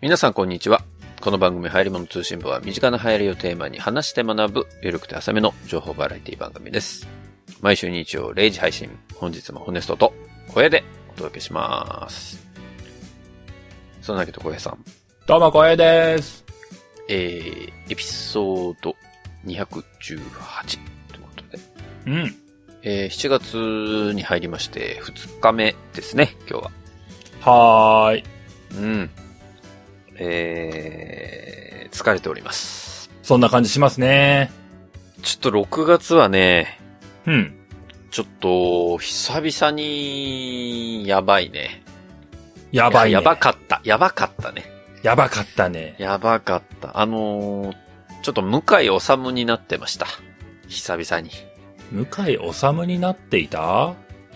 皆さんこんにちは。この番組、流行り物通信部は、身近な流行りをテーマに話して学ぶ、ゆるくて浅めの情報バラエティ番組です。毎週日曜0時配信、本日もホネストと、小屋でお届けします。そんなわけで小屋さん、どうも、光栄です。えー、エピソード218ということで、うん。えー、7月に入りまして、2日目ですね、今日は。はーい。うん。えー、疲れております。そんな感じしますね。ちょっと6月はね、うん。ちょっと、久々に、やばいね。やばいね。やばかった。やばかったね。やばかったね。やばかった。あのーちょっと向井治になってました。久々に。向井治になっていたあ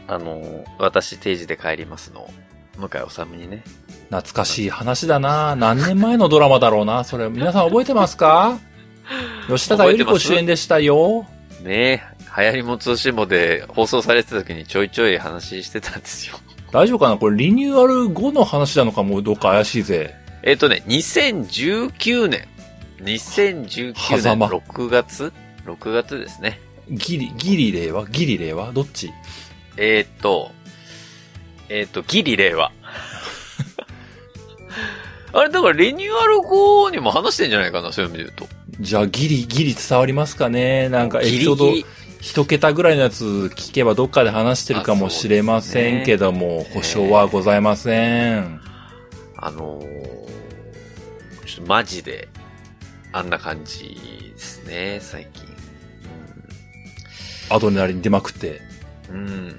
のー私定時で帰りますの。向井治にね。懐かしい話だな。何年前のドラマだろうな。それ、皆さん覚えてま すか吉高由里子主演でしたよ。ねえ、流行りも通信簿で放送されてた時にちょいちょい話してたんですよ。 大丈夫かなこれリニューアル後の話なのかもどうか怪しいぜ。えっ、とね、2019年。2019狭年間6月 ?6 月ですね。ギリ、ギリ令和ギリ令和どっちえーっと、えーっと、ギリ令 和。あれ、だからリニューアル後にも話してんじゃないかな、そういう意味で言うじゃあギリギリ伝わりますかねなんと。かエピソードギリギリ一桁ぐらいのやつ聞けばどっかで話してるかもしれませんけども、すね保証はございません。あのーちょっとマジで、あんな感じですね、最近。アドレナリン出まくって。うん。うんな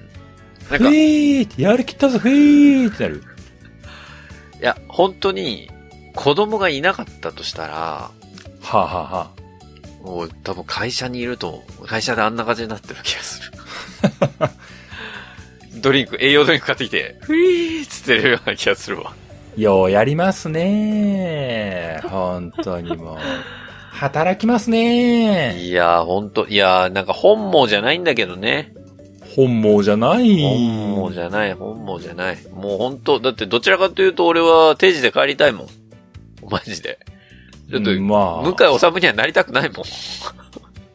ふんか、いぃーってやりきったぞ、ふぃーってなる。や、本当に、子供がいなかったとしたら、はあ、はあはあ、もう多分会社にいると思う、会社であんな感じになってる気がする。 ドリンク、栄養ドリンク買ってきて、ふいーっつってるような気がするわ。ようやりますね本当にもう。働きますねいやー、ほんと、いやー、なんか本望じゃないんだけどね。本望じゃない。本望じゃない、本望じゃない。もうほんと、だってどちらかというと俺は定時で帰りたいもん。マジで。ちょっと、うんま向あ、井治にはなりたくないもん。い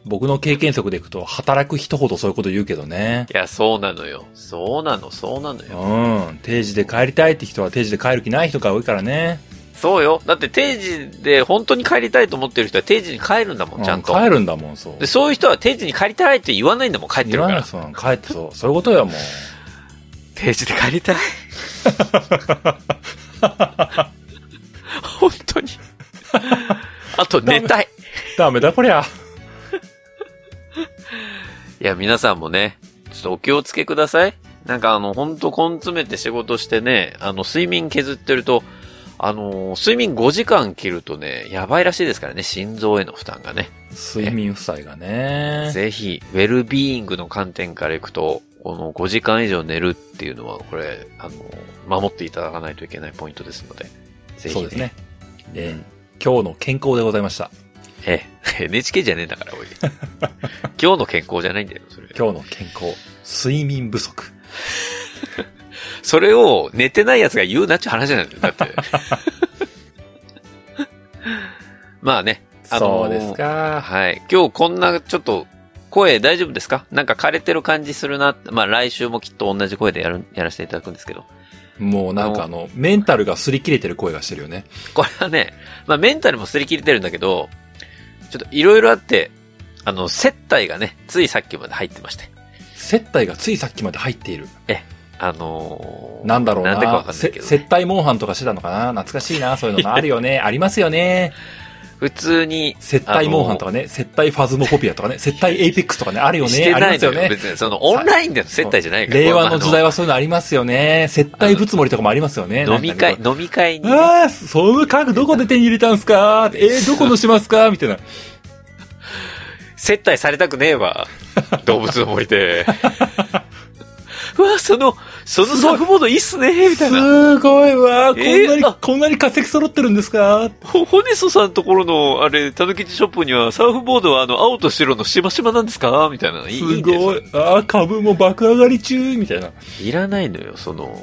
僕の経験則でいくと、働く人ほどそういうこと言うけどね。や、そうなのよ。そうなの、そうなのよ。うん。定時で帰りたいって人は定時で帰る気ない人が多いからね。そうよ。だって定時で本当に帰りたいと思ってる人は定時に帰るんだもん、ちゃんと。う帰るんだもん、そう。で、そういう人は定時に帰りたいって言わないんだもん、帰ってる言かわないら。そう帰ってそう。そういうことよ、もう。定時で帰りた い。本当に。あと、寝たい。ダメだ、こりゃ。いや、皆さんもね、ちょっとお気をつけください。なんかあの、ほんと根詰めて仕事してね、あの、睡眠削ってると、あのー睡眠5時間切るとね、やばいらしいですからね、心臓への負担がね。睡眠負債がね。ぜひ、ウェルビーイングの観点からいくと、この5時間以上寝るっていうのは、これ、あの、守っていただかないといけないポイントですので、ぜひ、そうですね。。えうんー今日の健康でございました。ええ、NHK じゃねえんだから、お い。今日の健康じゃないんだよ、それ。今日の健康。睡眠不足。それを寝てない奴が言うなっちゅう話なんだよ、だ って。まあね、あのーそうですか。はい。今日こんな、ちょっと、声大丈夫ですかなんか枯れてる感じするなって。まあ来週もきっと同じ声でやる、やらせていただくんですけど。もうなんかあの、メンタルが擦り切れてる声がしてるよね。これはね、まあメンタルも擦り切れてるんだけど、ちょっといろいろあって、あの、接待がね、ついさっきまで入ってまして。接待がついさっきまで入っている。あのー、なんだろうな。なんでかわかんないせけど、ね。接待モンハンとかしてたのかな懐かしいな、そういうのな。ある よね。ありますよね。普通に、接待モンハンとかね。接待ファズモフォビアとかね。接待エイペックスとかね。あるよしね。てありなまいすのよよ。ね。別に、その、オンラインでの接待じゃないから。令和の時代は。はそういうのありますよね。接待ぶつもりとかもありますよね。飲み会、なんかね飲み会にね、ああ、その家具どこで手に入れたんすかえー、どこのしますかみたいな。接待されたくねえわ。動物の森 で。うわ、その、そのサーフボードいいっすね、みたいな。すごいわこんえーなに、あこんなに化石揃ってるんですかほ、ホネソさんところの、あれ、たぬきちショップには、サーフボードはあの、青と白のしましまなんですかみたいな。いいすんだよそごい。ああ、株も爆上がり中みたいな。れいらないのよ、その、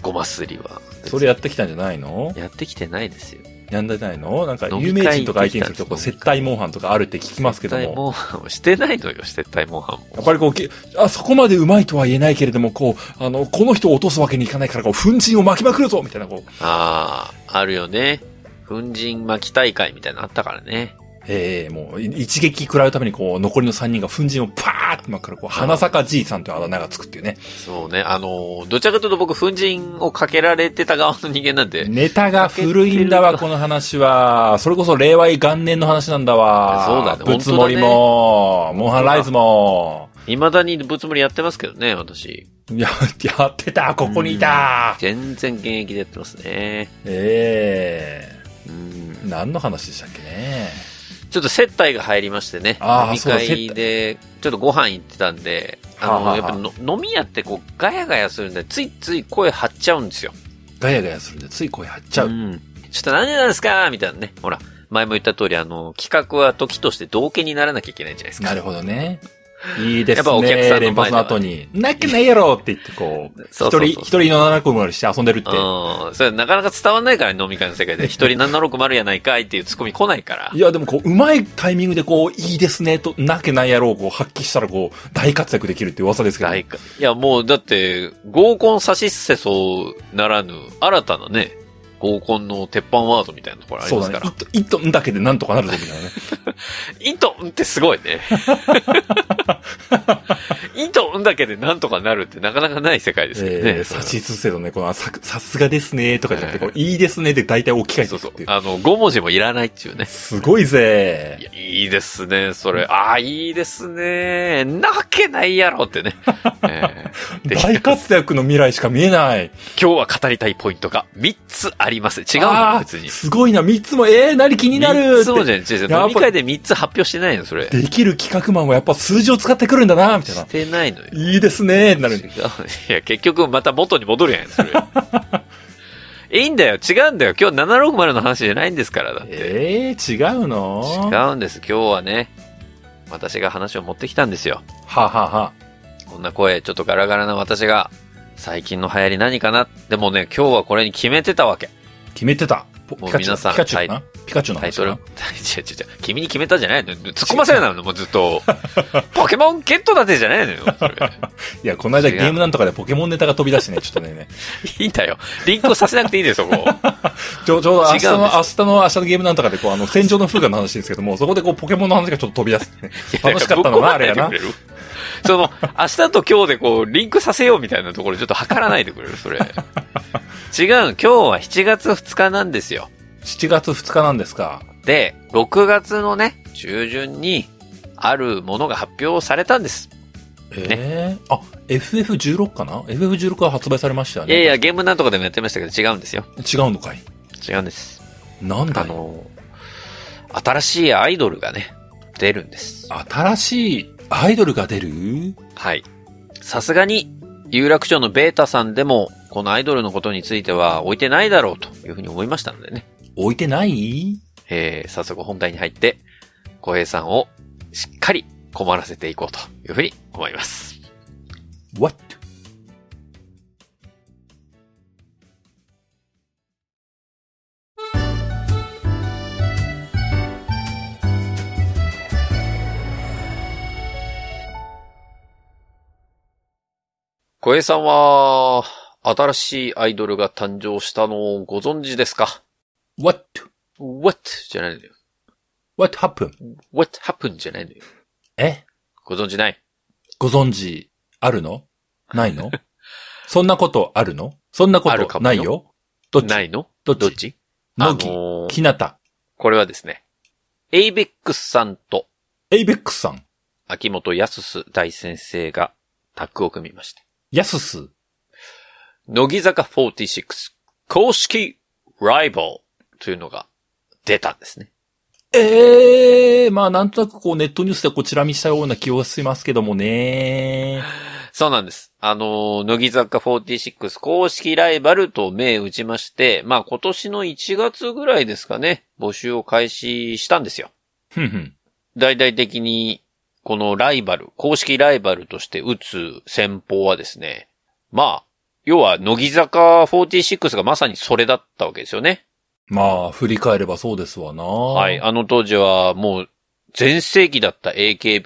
ごますりは。それやってきたんじゃないのやってきてないですよ。やんでないのなんか飲み会有名人とか相手にするとこう行って接待モンハンとかあるって聞きますけ接待ども。モンハンをしてないのよ、接待モンハンも。やっぱりこうけ、あ、そこまでうまいとは言えないけれども、こう、あの、この人を落とすわけにいかないから、こう、粉塵を巻きまくるぞみたいな、こう、ああ、あるよね。粉塵巻き大会みたいなのあったからね。ええもう、い一撃食らうために、こう、残りの3人が粉塵をパーって巻くから、こう、花坂じいさんというあだ名がつくっていうね。そうね。あのー、どちらかというと僕、粉塵をかけられてた側の人間なんで。ネタが古いんだわ、この話は。それこそ令和元年の話なんだわ。そうだねぶつもりも、モンハンライズも。未だにぶつもりやってますけどね、私。いや、やってた、ここにいた。全然現役でやってますね。えうんえ何の話でしたっけね。ちょっと接待が入りましてね。あー飲みそうだ接会待で、ちょっとご飯行ってたんで、あはあの、はあやっぱりの飲み屋ってこう、ガヤガヤするんで、ついつい声張っちゃうんですよ。ガヤガヤするんで、つい声張っちゃう。ん。ちょっと何でなんですかみたいなね。ほら、前も言った通り、あの、企画は時として同型にならなきゃいけないじゃないですか。なるほどね。いいでやすね。っぱお客さんの前では連発の後に、なきゃないやろって言ってこう、そうそ一うそ人、う一人の7個もあるして遊んでるって。うん。それなかなか伝わんないからね、飲み会の世界で。一人760やないかいっていうツッコミ来ないからい。や、でもこう、うまいタイミングでこう、いいですねと、なきゃないやろをこう、発揮したらこう、大活躍できるって噂ですけど。ないかいや、もう、だって、合コン差しせそうならぬ、新たなね、合コンの鉄板ワードみたいなところありそうまだすねか。ら。一トンだけでなんとかなるぞみたいな ね。イントンってすごい ね。イントンだけでなんとかなるってなかなかない世界ですけどね。えー、それさはちすせどね、この、さ、さすがですねとかじゃなくて、えこう、いいですねで大体置き換えてそういくそうってい。う。あの、5文字もいらないっていうね。すごいぜいや、いいですね、それ。ああ、いいですね。なわけないやろってね。えーで大活躍の未来しか見えない。今日は語りたいポイントが3つあります。違うあのー別に。すごいな、3つも、えー、何気になるってそうじゃない。違うやっぱ飲み会で3つ発表してないの、それ。できる企画マンはやっぱ数字を使ってくるんだな、みたいしな。てないのよ。いいですね、なる違う。いや、結局また元に戻るやん、 それ。いいんだよ、違うんだよ。今日760の話じゃないんですから、だって。えー、違うの違うんです、今日はね。私が話を持ってきたんですよ。ははは。こんな声、ちょっとガラガラな私が、最近の流行り何かなでもね、今日はこれに決めてたわけ。決めてた。ポもうピカチュ皆ウさんピカチュウかなピカチュウのタイ話トかル。 な違う違う違う。君に決めたじゃないのよ。突っ込ませるなの、もうずっと。ポケモンゲットだってじゃないのよ。それいや、この間違うゲームなんとかでポケモンネタが飛び出 してね、ちょっとね、いいんだよ。リンクをさせなくていいんだよ、そこ。ちょちょうど明日違うんでの、す明日の、明日のゲームなんとかで、こう、あの、戦場の風花の話ですけども、そこでこう、ポケモンの話がちょっと飛び出すね。 楽しかったのな、あれやなぶっ。込まないでくれるその、明日と今日でこう、リンクさせようみたいなところちょっと測らないでくれるそれ。違う、今日は7月2日なんですよ。 7月2日なんですか。で、6月のね、中旬に、あるものが発表されたんです。えー、あ、FF16 かな ?FF16 は発売されましたよいやね。いや、ゲームなんとかでもやってましたけど、違うんですよ。違うのかい違うんです。なんだあよ。の、新しいアイドルがね、出るんです。新しいアイドルが出るはい。さすがに、有楽町のベータさんでも、このアイドルのことについては置いてないだろうというふうに思いましたのでね。置いてないえー、早速本題に入って、小平さんをしっかり困らせていこうというふうに思います。 ?What? 小平さんは、新しいアイドルが誕生したのをご存知ですか What? ?what じゃないのよ。 What happened? what happened じゃないのよ。えご存知ない。ご存知あるのない のそんなことあるのそんなこあるかともよないよどっちないのどっちどっちのぎあのーきなた。これはですね、エイベックスさんとエイベックスさん。秋元康大先生がタッグを組みました。やすす。乃木坂46公式ライバルというのが出たんですね。ええまあなんとなくこうネットニュースでこうチラ見したような気はしますけどもね。そうなんです。あのー、乃木坂46公式ライバルと銘打ちまして、まあ今年の1月ぐらいですかね、募集を開始したんですよ。ふんふん。大々的に、このライバル、公式ライバルとして打つ戦法はですね、まあ、要は、乃木坂46がまさにそれだったわけですよね。まあ、振り返ればそうですわな。ははい。。あの当時はもう全盛期だった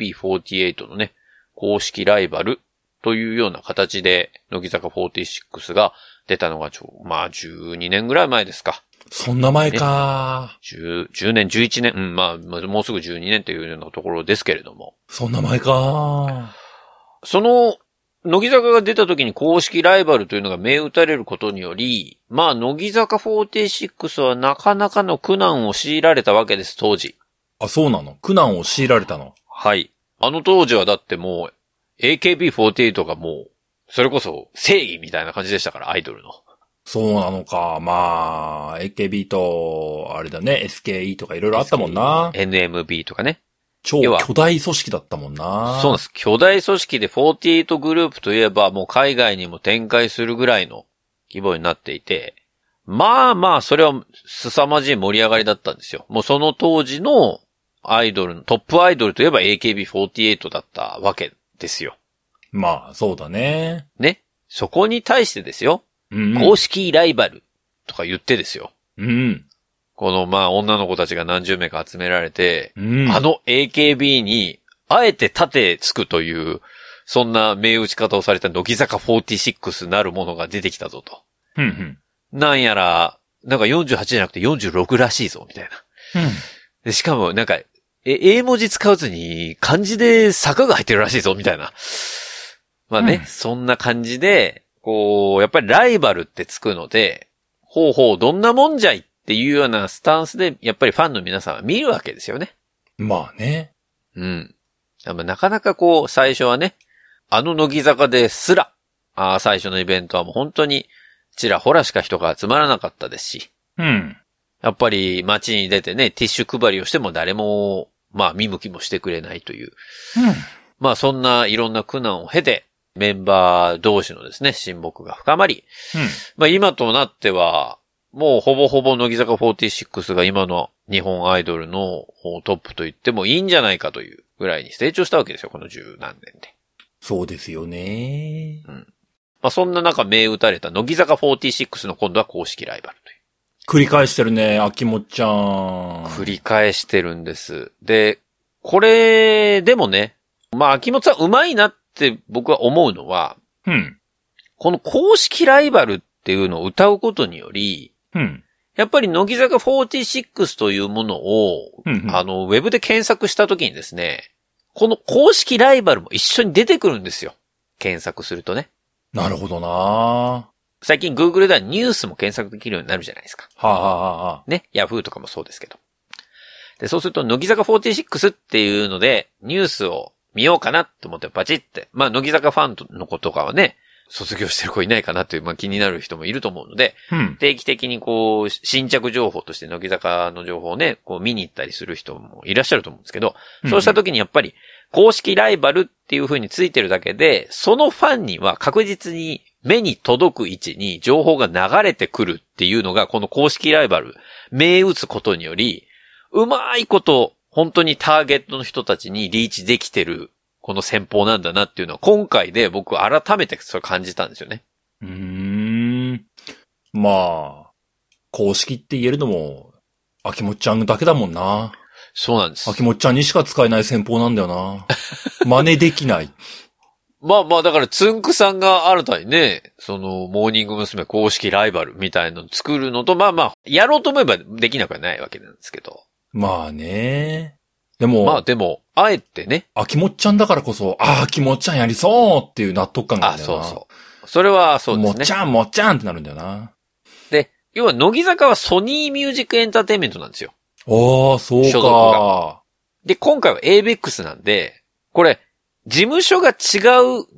AKB48 のね、公式ライバルというような形で、乃木坂46が出たのがちょ、まあ12年ぐらい前ですか。そんな前か。 10, 10年、11年、うん、まあ、まあもうすぐ12年というようなところですけれども。そんな前か。その、乃木坂が出た時に公式ライバルというのが銘打たれることにより、まあ、乃木坂46はなかなかの苦難を強いられたわけです、当時。あ、そうなの苦難を強いられたの。はい。あの当時はだってもう、AKB48 がもう、それこそ正義みたいな感じでしたから、アイドルの。そうなのか。まあ、AKB と、あれだね、SKE とかいろいろあったもんな。 NMB とかね。超要は巨大組織だったもんな。そうなんです。巨大組織で48グループといえば、もう海外にも展開するぐらいの規模になっていて、まあまあ、それは凄まじい盛り上がりだったんですよ。もうその当時のアイドルの、トップアイドルといえば AKB48 だったわけですよ。まあ、そうだね。ね。そこに対してですよ、うん。公式ライバルとか言ってですよ。うん。この、まあ、女の子たちが何十名か集められて、うん。あの AKB に、あえて盾つくという、そんな名打ち方をされた乃木坂46なるものが出てきたぞと。うん、うん。なんやら、なんか48じゃなくて46らしいぞ、みたいな。うん。でしかも、なんか、え、英文字使わずに、漢字で坂が入ってるらしいぞ、みたいな。まあね、うんそんな感じで、こう、やっぱりライバルってつくので、ほうほう、どんなもんじゃいっていうようなスタンスで、やっぱりファンの皆さんは見るわけですよね。まあね。うん。でもなかなかこう、最初はね、あの乃木坂ですら、あー最初のイベントはもう本当に、ちらほらしか人が集まらなかったですし、うん。やっぱり街に出てね、ティッシュ配りをしても誰も、まあ見向きもしてくれないという、まあそんないろんな苦難を経て、メンバー同士のですね、親睦が深まり、まあ今となっては、もうほぼほぼ乃木坂46が今の日本アイドルのトップと言ってもいいんじゃないかというぐらいに成長したわけですよ、この十何年で。そうですよね。まあそんな中銘打たれた乃木坂46の今度は公式ライバルという。繰り返してるね、秋もちゃん。繰り返してるんです。で、これでもね、まあ秋元さん上手いなって僕は思うのは、うん。この公式ライバルっていうのを歌うことにより、うん。やっぱり乃木坂46というものをうんうんあの、ウェブで検索したときにですね、この公式ライバルも一緒に出てくるんですよ。検索するとね。なるほどなは最近 Google ではニュースも検索できるようになるじゃないですか。あ、はあはあ、ね。Yahoo とかもそうですけど。で、そうすると、乃木坂46っていうので、ニュースを見ようかなと思ってバチって。まあ、乃木坂ファンの子とかはね、卒業してる子いないかなという、まあ気になる人もいると思うので、うん。定期的にこう、新着情報として乃木坂の情報をね、こう見に行ったりする人もいらっしゃると思うんですけど、そうした時にやっぱり、公式ライバルっていう風についてるだけで、そのファンには確実に目に届く位置に情報が流れてくるっていうのが、この公式ライバル、銘打つことにより、うまいこと、本当にターゲットの人たちにリーチできてる、この戦法なんだなっていうのは、今回で僕改めてそれ感じたんですよね。うーん。まあ、公式って言えるのも、秋もちゃんだけだもんな。そうなんです。秋もちゃんにしか使えない戦法なんだ よな。真似できない。まあまあ、だから、つんくさんが新たにね、その、モーニング娘。公式ライバルみたいの作るのと、まあまあ、やろうと思えばできなくはないわけなんですけど。まあね。でも、まあでも、あえてね、秋もちゃんだからこそ、ああ、秋もちゃんやりそうっていう納得感がああ、るんだよそな。うそう。それはそうでもすっねち。ゃん、もっちゃんってなるんだよな。で、要は、乃木坂はソニーミュージックエンターテインメントなんですよ。ああ、そう所属か。で、今回は ABEX なんで、これ、事務所が違う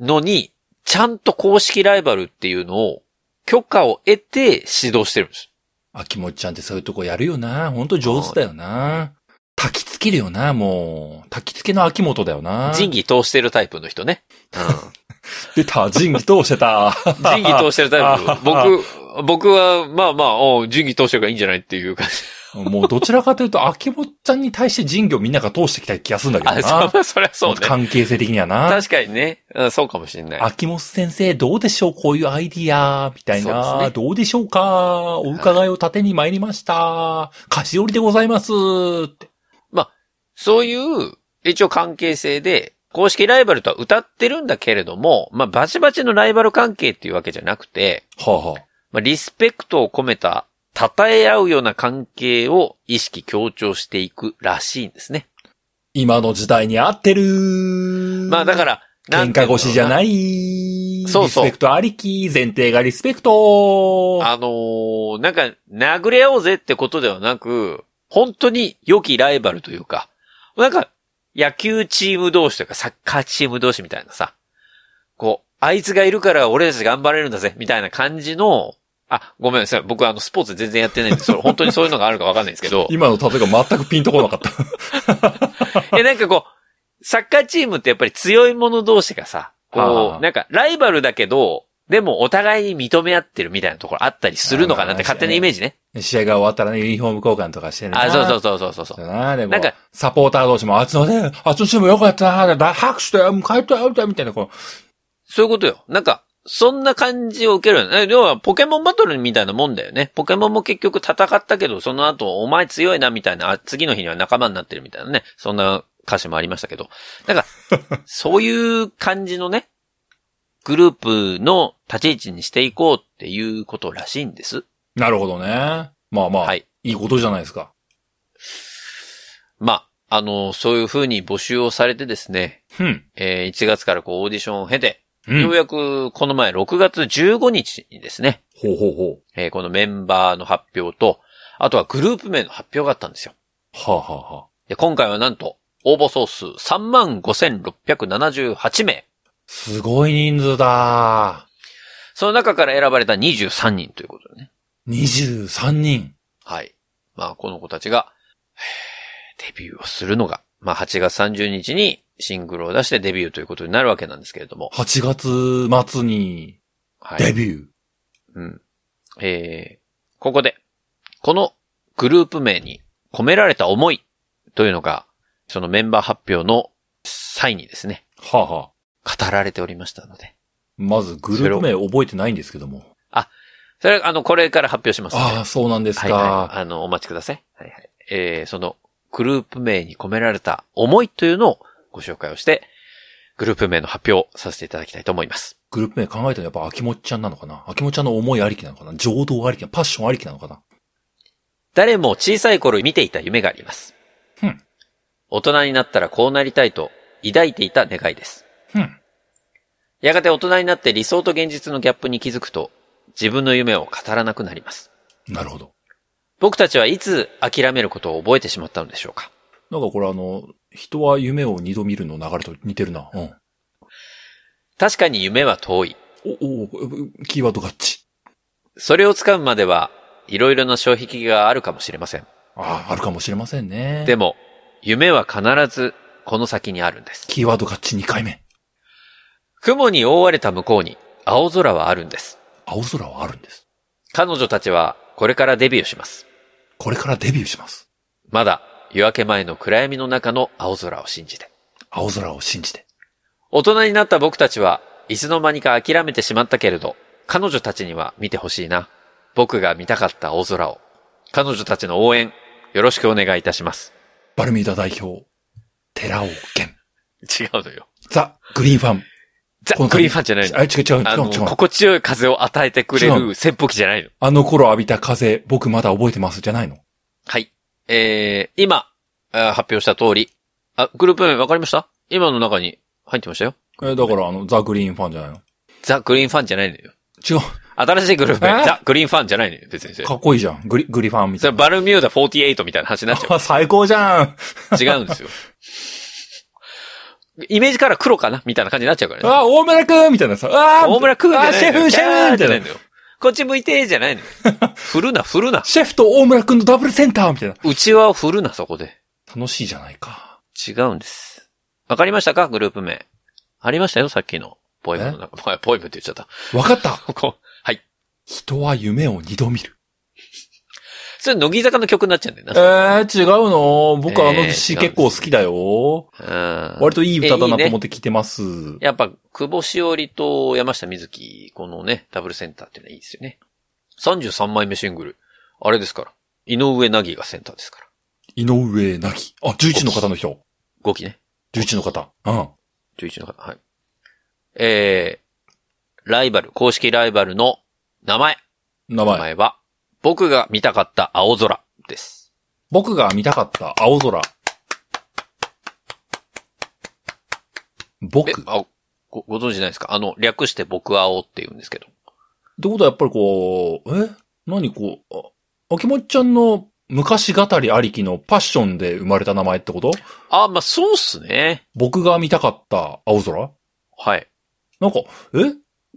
のに、ちゃんと公式ライバルっていうのを、許可を得て指導してるんです。秋元ちゃんってそういうとこやるよな。ほんと上手だよな。焚きつけるよな、もう。焚きつけの秋元だよな。仁義通してるタイプの人ね。うん。出た、仁義通してた。仁義通してるタイプあ。 僕、僕は、まあまあ、おう仁義通してるからいいんじゃないっていう感じ。もうどちらかというと、秋元ちゃんに対して人魚みんなが通してきたい気がするんだけどあ、な。そうまあ、そりゃそうね。関係性的にはな。確かにね。うんそうかもしれない。秋元先生、どうでしょうこういうアイディア、みたいそうな。ですねどうでしょうかお伺いを立てに参りました。菓子折りでございます。って。そういう、一応関係性で、公式ライバルとは歌ってるんだけれども、まあ、バチバチのライバル関係っていうわけじゃなくて、はあ、はあ、まあ、リスペクトを込めた、称え合うような関係を意識強調していくらしいんですね。今の時代に合ってる。まあだから、喧嘩腰じゃいない。リそうそうスペクトありき、前提がリスペクト。、あのーなんか、殴れ合おうぜってことではなく、本当に良きライバルというか、なんか、野球チーム同士というか、サッカーチーム同士みたいなさ、こう、あいつがいるから俺たち頑張れるんだぜ、みたいな感じの、あ、ごめんなさい。僕あの、スポーツ全然やってないんで、それ本当にそういうのがあるかわ かんないんですけど今の例えが全くピンとこなかった。え、なんかこう、サッカーチームってやっぱり強い者同士がさ、はこあう、なんかライバルだけど、でもお互いに認め合ってるみたいなところあったりするのかなって勝手なイメージね。試合が終わったらね、ユニフォーム交換とかしてね。あ、そうそうそうそうそうそう。だな、でも。なんかサポーター同士も、あっちのね、あっちのチームよかったな、大拍手だよ、帰ったよ、みたいな、こそういうことよ。なんか、そんな感じを受ける。え要は、ポケモンバトルみたいなもんだよね。ポケモンも結局戦ったけど、その後、お前強いな、みたいな、あ次の日には仲間になってるみたいなね。そんな歌詞もありましたけど。なん か、そういう感じのね、グループの立ち位置にしていこうっていうことらしいんです。う。なるほどね。まあまあ、、はいい。いことじゃないですか。まあ、あの、そういう風に募集をされてですね、うん。えー1月からこうオーディションを経て、うんようやくこの前6月15日にですね、ほうほうほう。えーこのメンバーの発表と、あとはグループ名の発表があったんですよ。はあ、はあはあ、で、今回はなんと、応募総数35,678名。すごい人数だ。その中から選ばれた23人ということでね。 23人。はい。まあ、この子たちが、えーデビューをするのが、まあ、8月30日にシングルを出してデビューということになるわけなんですけれども。 8月末に、はい。デビュー。うん。えー、ここで、このグループ名に込められた思いというのが、そのメンバー発表の際にですね、はあ、はあ、語られておりましたので。まず、グループ名覚えてないんですけども。それ、あの、これから発表しますので。ああ、そうなんですはか。いはい。あの、お待ちください。はいはい。えー、その、グループ名に込められた思いというのをご紹介をして、グループ名の発表をさせていただきたいと思います。グループ名考えたらやっぱ秋元ちゃんなのかな秋元ちゃんの思いありきなのかな情動ありきなパッションありきなのかな誰も小さい頃見ていた夢があります。うん大人になったらこうなりたいと抱いていた願いです。うん。やがて大人になって理想と現実のギャップに気づくと、自分の夢を語らなくなります。なるほど。僕たちはいつ諦めることを覚えてしまったのでしょうかなんかこれあの、人は夢を二度見るの流れと似てるな。うん。確かに夢は遠い。お、お、キーワード合致。それを掴むまでは、いろいろな障壁があるかもしれません。ああ、あるかもしれませんね。でも、夢は必ずこの先にあるんです。キーワード合致2回目。雲に覆われた向こうに青空はあるんです。青空はあるんです。彼女たちはこれからデビューします。これからデビューします。まだ夜明け前の暗闇の中の青空を信じて。青空を信じて。大人になった僕たちはいつの間にか諦めてしまったけれど、彼女たちには見てほしいな。僕が見たかった青空を。彼女たちの応援、よろしくお願いいたします。バルミューダ代表、寺尾健。違うのよ。ザ・グリーンファン。ザ・このグリーンファンじゃないの。あ、違う違うあ違の、う違う。心地よい風を与えてくれ違うる扇風機じゃないの。あの頃浴びた風、僕まだ覚えてますじゃないのはい。えー、今、あ発表した通り、あ、グループ名わかりました今の中に入ってましたよ。え、だからあの、ザ・グリーンファンじゃないのザ・グリーンファンじゃないのよ。違う。新しいグループ名えザ・グリーンファンじゃないのよ、別にそれ。かっこいいじゃん。グリ、グリファンみそたれいな。バルミューダ48みたいな話になっちゃう。あ最高じゃん。 違うんですよ。イメージから黒かなみたいな感じになっちゃうからね。あ、大村くんみたいなさ。あー大村くんじゃないあ、シェのよフ、シェフじみたゃいないな。のよ。こっち向いてじゃないのよ。振るな、振るな。シェフと大村くんのダブルセンターみたいな。うちわを振るな、そこで。楽しいじゃないか。違うんです。わかりましたかグループ名。ありましたよ、さっきの。ポエムの中。 まあポエムって言っちゃった。わかった。ここ。はい。人は夢を二度見る。それ、乃木坂の曲になっちゃうんだよえー、違うの僕あのえ詩ー違うんです結構好きだよ。な。うん。割といい歌だえないいねと思って聞いてます。やっぱ、久保しおりと山下美月、このね、ダブルセンターっていうのはいいですよね。33枚目シングル。あれですから。井上凪がセンターですから。井上なき。あ、11の方の人。 5期ね。 11の方。うん。 11の方。はい。えー、ライバル、公式ライバルの名前。名名前。前は、僕が見たかった青空です。僕が見たかった青空。僕えっあご、ご存知ないですかあの、略して僕青って言うんですけど。てことはやっぱりこう、え何こう、あ秋元ちゃんの昔語りありきのパッションで生まれた名前ってことあ、まあ、そうっすね。僕が見たかった青空はい。なんか、え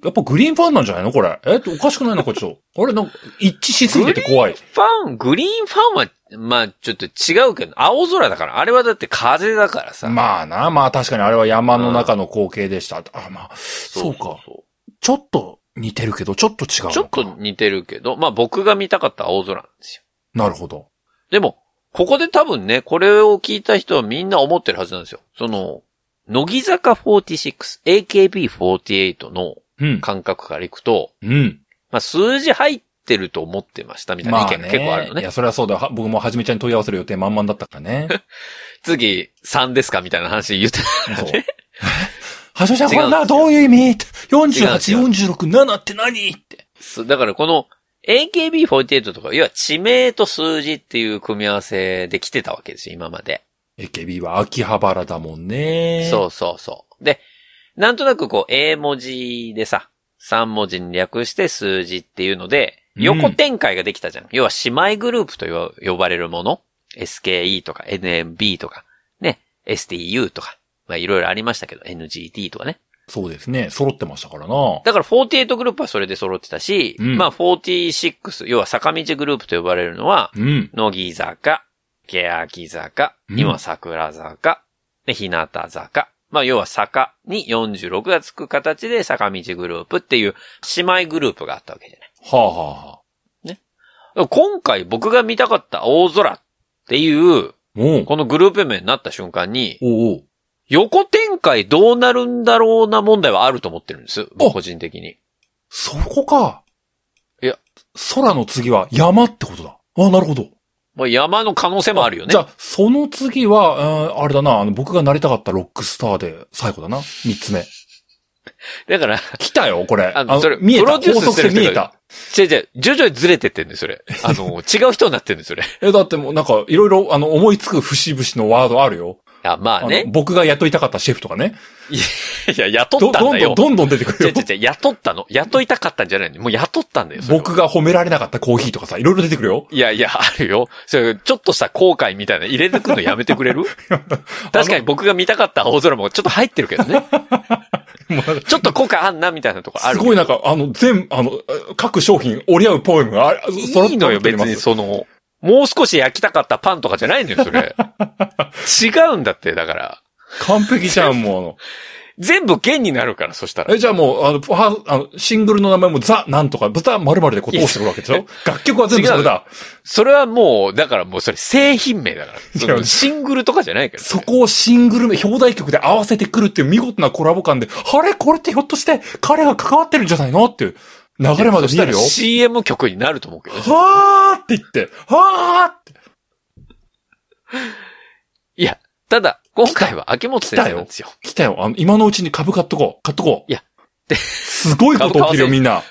やっぱグリーンファンなんじゃないのこれ。えおかしくないのこっちと。 あれなんか、一致しすぎてて怖い。ファン、グリーンファンは、まあ、ちょっと違うけど、青空だから、あれはだって風だからさ。あ、まあな、まあ確かにあれは山の中の光景でした。あ、まあ、そうか。ちょっと似てるけど、ちょっと違うのか。ちょっと似てるけど、まあ僕が見たかった青空なんですよ。なるほど。でも、ここで多分ね、これを聞いた人はみんな思ってるはずなんですよ。その、乃木坂46、AKB48 のうん。感覚からいくと、うん。まあ数字入ってると思ってましたみたいなま意あ見が結構あるのね。いや、それはそうだ。は僕もはじめちゃんに問い合わせる予定満々だったからね。次、3ですかみたいな話言って そう。 はじめちゃん、こ違うれんですよな、どういう意味 ?48、違うん46、7って何って。そうだからこの AKB48 とか、要は地名と数字っていう組み合わせで来てたわけですよ、今まで。 AKB は秋葉原だもんね。そうそうそう。で、なんとなくこう、A 文字でさ、3文字に略して数字っていうので、うん横展開ができたじゃん。要は姉妹グループとよ呼ばれるもの。SKE とか NMB とか、ね、STU とか、まあいろいろありましたけど、NGT とかね。そうですね。揃ってましたからな。だから48グループはそれで揃ってたし、うんまあ46、要は坂道グループと呼ばれるのは、うん。乃木坂、欅坂、うん今桜坂、で、日向坂。まあ、要は坂に46がつく形で坂道グループっていう姉妹グループがあったわけじゃないはあ、はあはあ、。だから今回僕が見たかった青空っていう、おうこのグループ名になった瞬間に、おうおう横展開どうなるんだろうな問題はあると思ってるんです。僕個人的に。そこか。いや。空の次は山ってことだ。あ、なるほど。まあ、山の可能性もあるよねじゃ。あ、その次は、うんあれだな、あの、僕がなりたかったロックスターで最後だな。三 つ目。だから、来たよ、これ。あのそれ見えプロた。デュー高スし速てる人線見えた。違う違う、徐々にずれてってんです、それ。あの、違う人になってんです、それ。え、だってもうなんか、いろいろ、あの、思いつく節々のワードあるよ。あ、まあねの。僕が雇いたかったシェフとかね。いや、雇ど、ったんどだんどん、よ。どんどん出てく違るう よ。違う違う、雇ったの。雇いたかったんじゃないの。もう雇ったんだよ。それは僕が褒められなかったコーヒーとかさ、いろいろ出てくるよ。いやいや、あるよ。それ、ちょっとした後悔みたいなの入れてくのやめてくれる確かに僕が見たかった青空もちょっと入ってるけどね。もうちょっと後悔あんなみたいなとこあする。ごいなんか、あの、全、あの、各商品折り合うポエムがあ、揃っておいいのよ、別にその、もう少し焼きたかったパンとかじゃないのよ、それ。違うんだって、だから。完璧じゃん、も全部弦になるから、そしたう。ら。え、じゃあもう、あの、はあのシングルの名前もザ、なんとか、豚、〇〇でこう通してくるわけでしょ楽曲は全部それだ。それはもう、だからもうそれ製品名だ から。そ違のうシングルとかじゃないから、そこをシングル名、表題曲で合わせてくるっていう見事なコラボ感で、あれこれってひょっとして彼が関わってるんじゃないのっていう流れまで見えるよそ。したら CM 曲になると思うけどね。はーって言って、はーって。いや、ただ、今回は秋元先生なんですよ。来たよ。あの、今のうちに株買っとこう。買っとこう。いや。すごいこと起きるよ、みんな。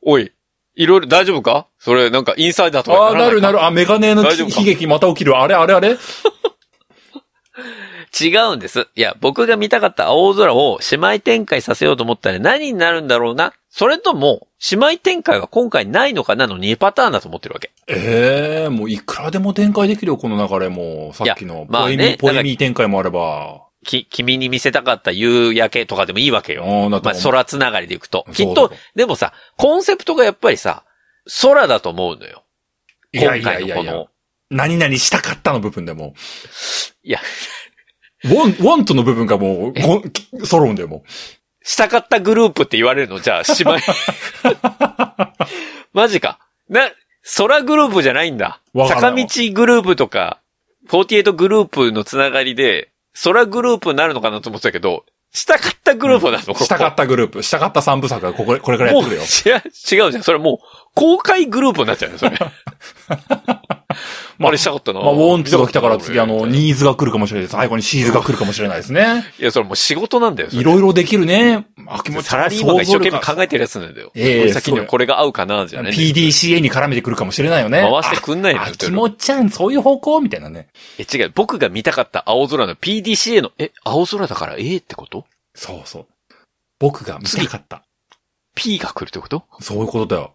おい、いろいろ大丈夫かそれ、なんかインサイダーとあかあ、にらないるなる。あ、メガネの大丈悲夫か劇また起きる。あれあれあれ違うんです。いや、僕が見たかった青空を姉妹展開させようと思ったら何になるんだろうな。それとも、姉妹展開は今回ないのかなの2パターンだと思ってるわけ。ええもういくらでも展開できるよ、この流れも。さっきの、まあポエミー、ねポエミー展開もあれば。き、君に見せたかった夕焼けとかでもいいわけよ。ああ、だってまあ、空つながりでいくと。きっそうとそう、でもさ、コンセプトがやっぱりさ、空だと思うのよ。い今や回のいやいやこいやの。。何々したかったの部分でも。いや、ウォン、ウォントの部分がもうご、揃うんだよ、もしたか ったグループって言われるのじゃあ、芝居。マジか。な、空グループじゃないんだ。わかんな坂い道グループとか、48グループのつながりで、空グループになるのかなと思ってたけど、したかったグループなの、ここしたかったグループ、したかった三部作がこここれからやもっうてくる違よ。う、違うじゃん。それもう、公開グループになっちゃうよ、それ。 まああれしたかったな。まあ、ウォンツが来たから次、あの、いニーズが来るかもしれないです。最後にシーズが来るかもしれないですね。や、それもう仕事なんだよ、それいろいろできるね。秋元サラリーマンが一生懸命考えてるやつなんだよ。ええこれ先にはこれが合うかな、じゃね。 PDCA に絡めてくるかもしれないよね。回してくんないのあよ秋元ちゃん、そういう方向みたいなね。え、違う。僕が見たかった青空の PDCA の、え、青空だから、ええってことそうそう。僕が見たかった。 ?P が来るってことそういうことだよ。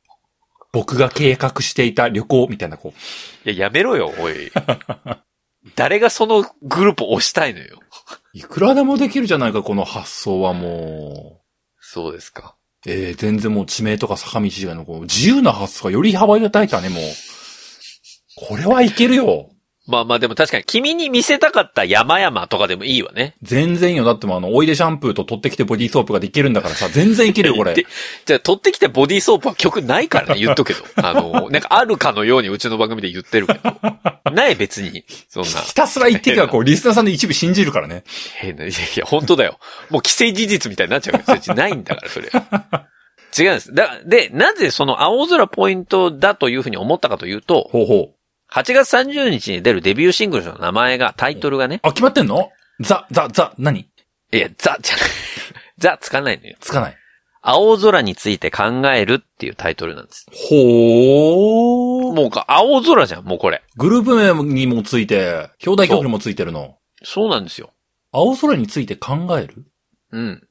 僕が計画していた旅行みたいな、こう。いや、やめろよ、お い。誰がそのグループを押したいのよ。いくらでもできるじゃないか、この発想はもう。そうですか。えー、全然もう地名とか坂道以外のこう、自由な発想がより幅が大いたね、もう。これはいけるよ。まあまあでも確かに君に見せたかった山々とかでもいいわね。全然よ。だってもうあの、おいでシャンプーと取ってきてボディーソープができるんだからさ、全然いけるよ、これ。でじゃあ、取ってきたボディーソープは曲ないからね、言っとくけど。 あの、なんかあるかのようにうちの番組で言ってるけど。ない別に。そんな。ひたすら言っていけば、こう、リスナーさんの一部信じるからね。変な、いやいや、本当だよ。もう既成事実みたいになっちゃうから、それないんだから、それ。違うんです。だ、で、なぜその青空ポイントだというふうに思ったかというと、ほうほう。 8月30日に出るデビューシングルの名前が、タイトルがね、あ、決まってんのザ、ザ、ザ、何いや、ザ、じゃない、ザつかないのよ。つかない。青空について考えるっていうタイトルなんです。ほー。もうか、青空じゃん、もうこれ。グループ名にもついて、兄弟曲にもついてるの。そうなんですよ。青空について考えるうん。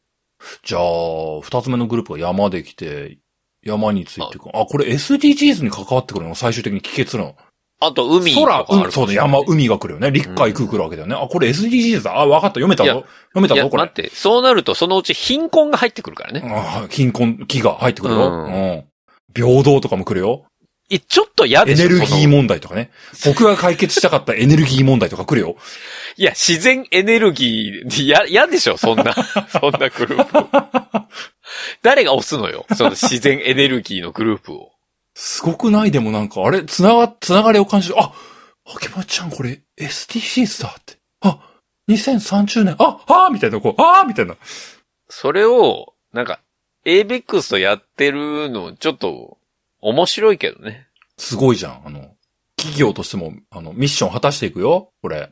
じゃあ、二つ目のグループが山できて、山についてくあ、これ SDGs に関わってくるの最終的に帰結するの。あと、海とかあ空る、うん、そうだ、山、い海が来るよね。陸海空来るわけだよね。あ、これ SDGs だ。あ、わかった。読めたいやぞ。読めたや、ぞ、こ待れっ。て、そうなると、そのうち貧困が入ってくるからね。あ貧困、木が入ってくるよ。うんうん。平等とかも来るよ。え、ちょっと嫌エでしょネルギーも。問題とかね。僕が解決したかったエネルギー問題とか来るよ。いや、自然エネルギー、いや、嫌でしょそ んな、そんなグループ。誰が押すのよその自然エネルギーのグループを。すごくないでもなんか、あれ、つなが、つながりを感じる。あ、秋葉ちゃんこれ SDGs だって。あ、2030年、あ、あーみたいな、こう、あーみたいな。それを、なんか、ABEX とやってるの、ちょっと、面白いけどね。すごいじゃん。あの、企業としても、あの、ミッション果たしていくよ。これ。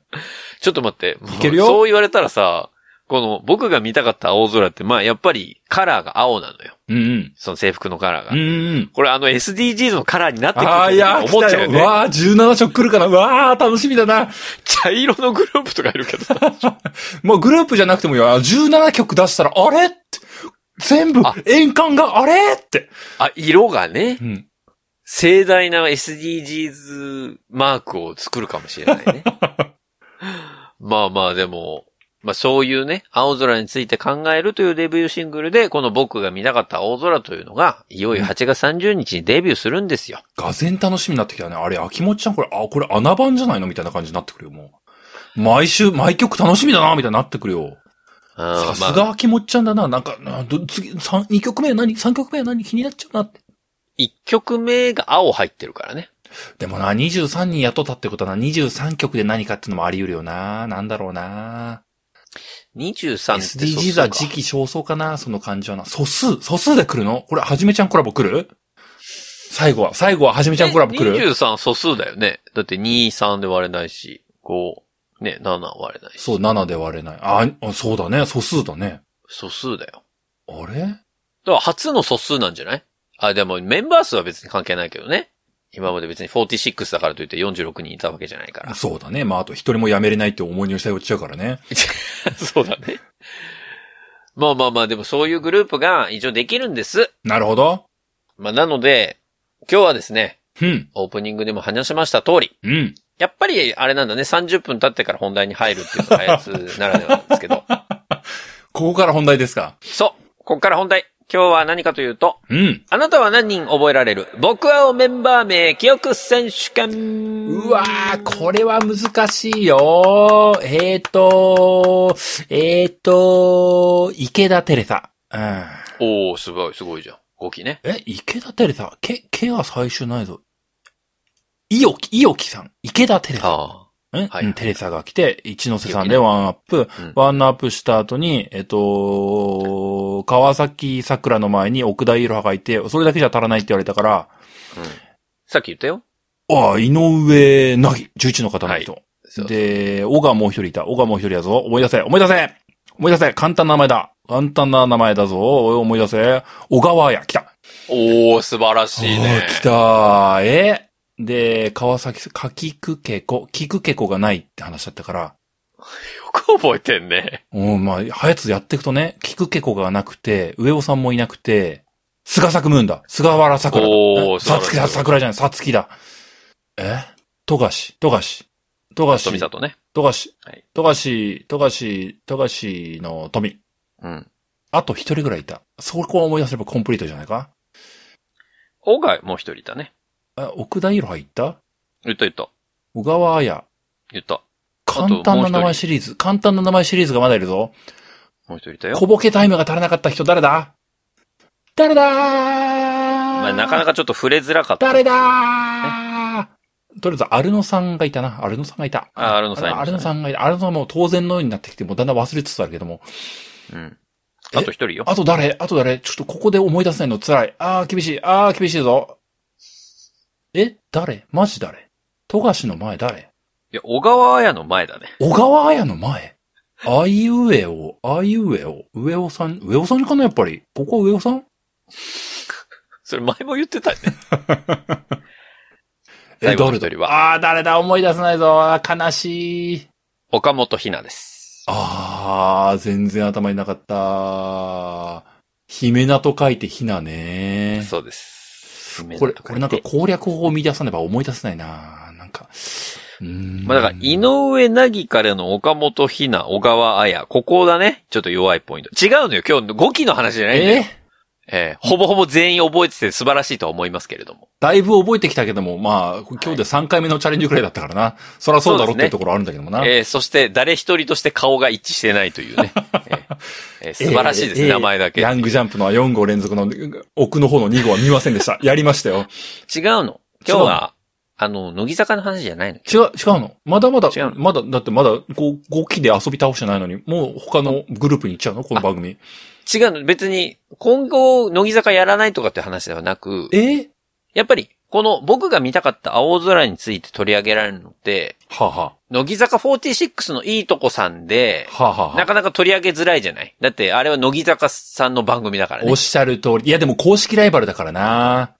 ちょっと待って。もう いけるよそう言われたらさ、この、僕が見たかった青空って、まあ、やっぱり、カラーが青なのよ。うんうん。その制服のカラーが。うんうん。これあの SDGs のカラーになってくるあーいやー、と思っ来ちたゃうよよ。ね。わー、17色来るかな。わー、楽しみだな。茶色のグループとかいるけど。もうグループじゃなくてもいいよ。あの17曲出したら、あれって。全部あ、円環があれって。あ、色がね、うん。盛大な SDGs マークを作るかもしれないね。 まあまあでも、まあそういうね、青空について考えるというデビューシングルで、この僕が見たかった青空というのが、いよいよ8月30日にデビューするんですよ。がぜん楽しみになってきたね。あれ、秋元ちゃんこれ、あ、これ穴番じゃないのみたいな感じになってくるよ、もう。毎週、毎曲楽しみだな、みたいになってくるよ。うんさすまあ、が秋元ちゃんだな。なんか、など次、三、二曲目は何三曲目は何気になっちゃうなって。 1曲目が青入ってるからね。でもな、23人雇ったってことはな、23曲で何かってのもあり得るよな。なんだろうな。 23ってそう SDGs は時期尚早かな、その感じはな。素数、素数で来るのこれ、はじめちゃんコラボ来る最後は、最後ははじめちゃんコラボ来える ?23 素数だよね。だって2、3で割れないし、5、ね、7割れないし。そう、7で割れない。あ、あそうだね、素数だね。素数だよ。あれだから初の素数なんじゃないあ、でもメンバー数は別に関係ないけどね。今まで別に46だからといって46人いたわけじゃないから。そうだね。まあ、あと一人も辞めれないって思いにしたい落ちちゃうからね。 そうだね。まあまあまあ、でもそういうグループが一応できるんです。なるほど。まあなので、今日はですね、うん、オープニングでも話しました通り、うん。やっぱりあれなんだね、30分経ってから本題に入るっていうのがやつならではなんですけ ど。ここから本題ですか。そう。ここから本題。今日は何かというと、うん。あなたは何人覚えられる僕はメンバー名記憶選手権うわー、これは難しいよー。えーとえーと池田テレサ。うん。おー、すごい、すごいじゃん。5期ね。え、池田テレサけ、けは最終ないぞ。いおき、いおきさん。池田テレサ。あうんはいうんテレサが来て、一ノ瀬さんでワンアップ。あ。うん。ワンアップした後に、えっと、川崎桜の前に奥田イロハがいて、それだけじゃ足らないって言われたから、うんさっき言ったよ。ああ、井上なぎ、11の方の人。そうで、小川もう一人いた。小川もう一人だぞ。思い出せ、思い出せ思い出せ簡単な名前だ簡単な名前だぞ。おい思い出せ小川や、来たおー、素晴らしいねあ。ー来たえで、川崎、かきくけこ、きくけこがないって話だったから、よく覚えてんね。うん、まあ、早つやっていくとね、きくけこがなくて、上尾さんもいなくて、菅作ムーンだ菅原桜だ。おーえさつき素晴らだ、しい桜じゃない、さつきだ。え富樫、富樫、富樫、富里ね。富樫はい、富樫、富樫、富樫の富。うん。あと一人ぐらいいた。そこを思い出せばコンプリートじゃないか小川もう一人いたね。あ、奥田色入った言った言った。小川彩。言った。簡単な名前シリーズ。簡単な名前シリーズがまだいるぞ。もう一人いたよ。小ボケタイムが足らなかった人誰だ誰だーまあ、なかなかちょっと触れづらかった。誰だーとりあえず、アルノさんがいたな。アルノさんがいた。あアルノさんいましたねアルノさんがいた。アルノさんも当然のようになってきて、もうだんだん忘れつつあるけども。うん。あと一人よ。あと誰あと誰ちょっとここで思い出せないの辛い。あー、厳しい。あー、厳しいぞ。え誰マジ誰富樫の前誰いや、小川彩の前だね。小川彩の前あいうえお、あいうえお、上尾さん、上尾さんかなやっぱり。ここは上尾さんそれ前も言ってたよ ね。え、最後の誰一だ人はああー、誰だ思い出せないぞ。あー悲しい。岡本ひなです。ああ、全然頭になかった。姫名と書いてひなね。そうです。これ、これなんかま攻略法を見出さねば思い出せないな。なんか。うーんあだから、井上なぎからの岡本ひな、小川彩。ここだね。ちょっと弱いポイント。違うのよ。今日の5期の話じゃないんだよ。えーえーほぼほぼ全員覚えてて素晴らしいとは思いますけれども。だいぶ覚えてきたけども、まあ、今日で3回目のチャレンジくらいだったからな。そらそうだろうっていうところあるんだけどもな。えーそして、誰一人として顔が一致してないという ね。えーえー素晴らしいですね、えー名前だけ。違うヤングジャンプの4号連続の奥の方の2号は見ません でした。やりましたよ。の。今日は、あの、乃木坂の話じゃないの。違う、違うの。まだまだ違うの、まだ、だってまだ 5, 5期で遊び倒してないのに、もう他のグループに行っちゃうのこの番組。違うの。別に、今後、乃木坂やらないとかって話ではなく、えーやっぱり、この僕が見たかった青空について取り上げられるのって、はあは乃木坂46のいいとこさんであ、はあはあなかなか取り上げづらいじゃないだって、あれは乃木坂さんの番組だからねおっ。しゃる通り。いやでも公式ライバルだからな。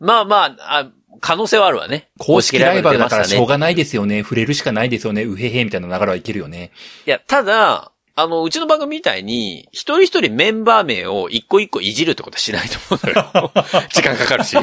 まあまあ、あ可能性はあるわね。公式ライバルだからしょういがないですよね。触れるしかないですよね。うへへみたいな流れはいけるよね。や、ただ、あの、うちの番組みたいに、一人一人メンバー名を一個一個いじるってことはしないと思うの よ。時間かかるし。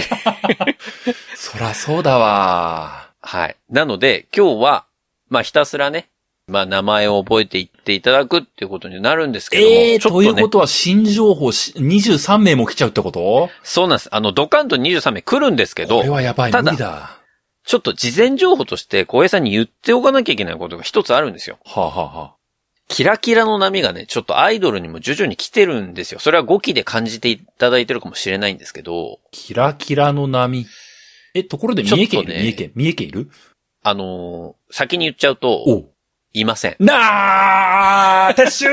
そらそうだわ。はい。なので、今日は、まあ、ひたすらね、まあ、名前を覚えていっていただくっていうことになるんですけども、ええちょっというとねこ、とは新情報し23名も来ちゃうってことそうなんです。あの、ドカンと23名来るんですけどこれ、はやばい。た無だ理だ。ちょっと事前情報として、小平さんに言っておかなきゃいけないことが一つあるんですよ。はあ、はあはキラキラの波がね、ちょっとアイドルにも徐々に来てるんですよ。それは5期で感じていただいてるかもしれないんですけど、キラキラの波。え、ところで三重県いる、ちょっとね三重県、三重県いるあのー先に言っちゃうと、おいません。なあ撤収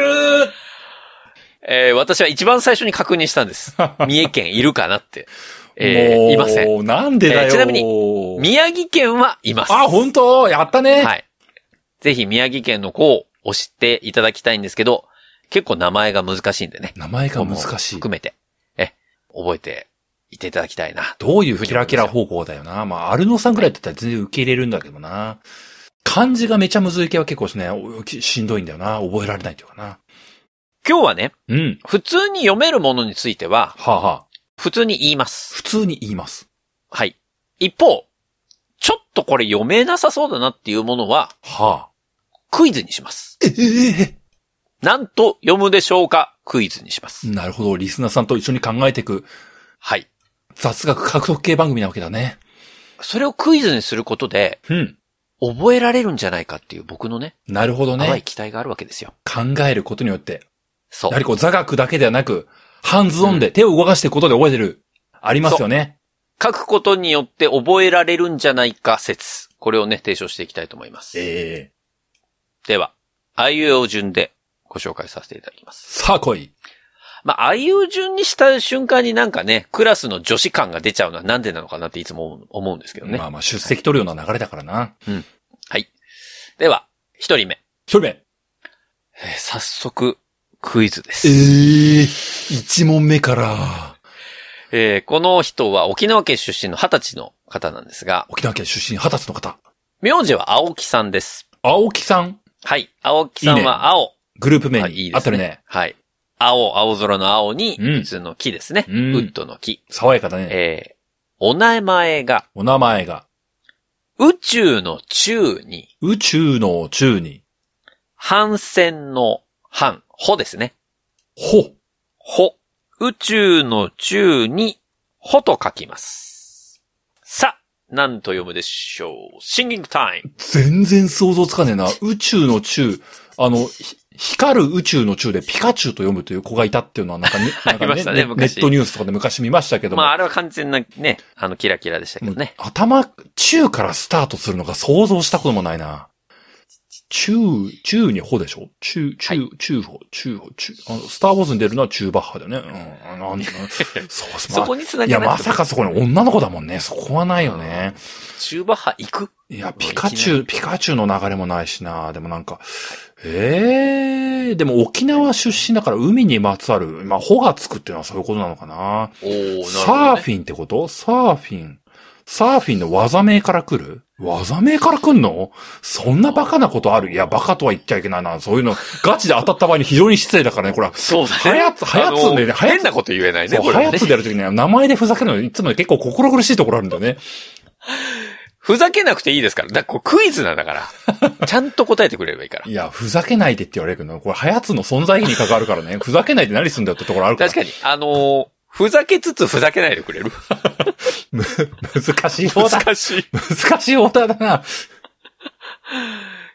えー私は一番最初に確認したん です。三重県いるかなって。えもーういません。。なんでだよ、えーちなみにに。宮城県はいます。あ、本当やったね、はい。ぜひ宮城県の子を押していただきたいんですけど、結構名前が難しいんでね。名前が難しい。含めて、え、覚えていていただきたいな。どういうキラキラ方向だよな。まあ、アルノさんくらいだったら全然受け入れるんだけどな。漢字がめちゃむずい系は結構ね、おきしんどいんだよな。覚えられないというかな。今日はね、うん。普通に読めるものについては、はあ、はあ、普通に言います。普通に言います。はい。一方、ちょっとこれ読めなさそうだなっていうものは、はあ。クイズにします。ええなんと読むでしょうかクイズにします。なるほど。リスナーさんと一緒に考えていくはい。雑学獲得系番組なわけだね。それをクイズにすることで、うん。覚えられるんじゃないかっていう僕のね、なるほど淡いね。期待があるわけですよ。考えることによって、そやはう。りこう座学だけではなく、ハンズオンで手を動かしていくことで覚えてる。ありますよね。書くことによって覚えられるんじゃないか説。これをね、提唱していきたいと思います。ええでは、あいうえお順でご紹介させていただきます。さあ来い。まあ、あいう順にした瞬間になんかね、クラスの女子感が出ちゃうのはなんでなのかなっていつも思うんですけどね。まあまあ、出席取るような流れだからな。はい。では、一人目。一人目。えー早速、クイズです。ええ一問目から、えーこの人は沖縄県出身の二十歳の方なんですが、沖縄県出身二十歳の方。名字は青木さんです。青木さん、はい。青木さんは青。グループ名はいに、いいであってするねね。はい。青、青空の青に、うん普通の木ですね。うウんッドの木。爽やかだね。えーお名前が、お名前が、宇宙の宙に、宇宙の宙に、反戦の反、ほですね。ほ、ほ。宇宙の宙に、ほと書きます。さあ、何と読むでしょう。シンギングタイム。全然想像つかねえな。宇宙の宙、あの、ひ光る宇宙の宙でピカチュウと読むという子がいたっていうのはなんか ね、なんかありましたねネ昔ットニュースとかで昔見ましたけども。まあ、あれは完全なね、あの、キラキラでしたけどね。もう頭、中からスタートするのが想像したこともないな。中、中にほでしょ中、中、は中ほ、中ほ、中、あの、スターウォーズに出るのは中バッハだよね。うん、 なんそうっすそまこあに繋いげなや、くてもまさかそこに女の子だもんね。そこはないよね。中馬派行くいや、ピカチュウ、ピカチュウの流れもないしな。でもなんか、ええでも沖縄出身だから海にまつわる、まあ、ほがつくっていうのはそういうことなのかな。おー、なるほサど、ーね。フィンってことサーフィン。サーフィンの技名から来る技名から来んのそんなバカなことあるいや、バカとは言っちゃいけないな。そういうの、ガチで当たった場合に非常に失礼だからね、これは。そうだね。はやつ、はやつんだよね。はや変なこと言えないつ、ね、そうこれははやねつ。でやるときには名前でふざけるのいつも結構心苦しいところあるんだよね。ふざけなくていいですから。だからこれクイズなんだ から。ちゃんと答えてくれればいいから。いや、ふざけないでって言われるけど、これはやつの存在意義に関わるからね。ふざけないで何すんだよってところあるから。確かに、あのーふざけつつふざけないでくれるむ難しいオーダー。難しい。難しいオーダーだな。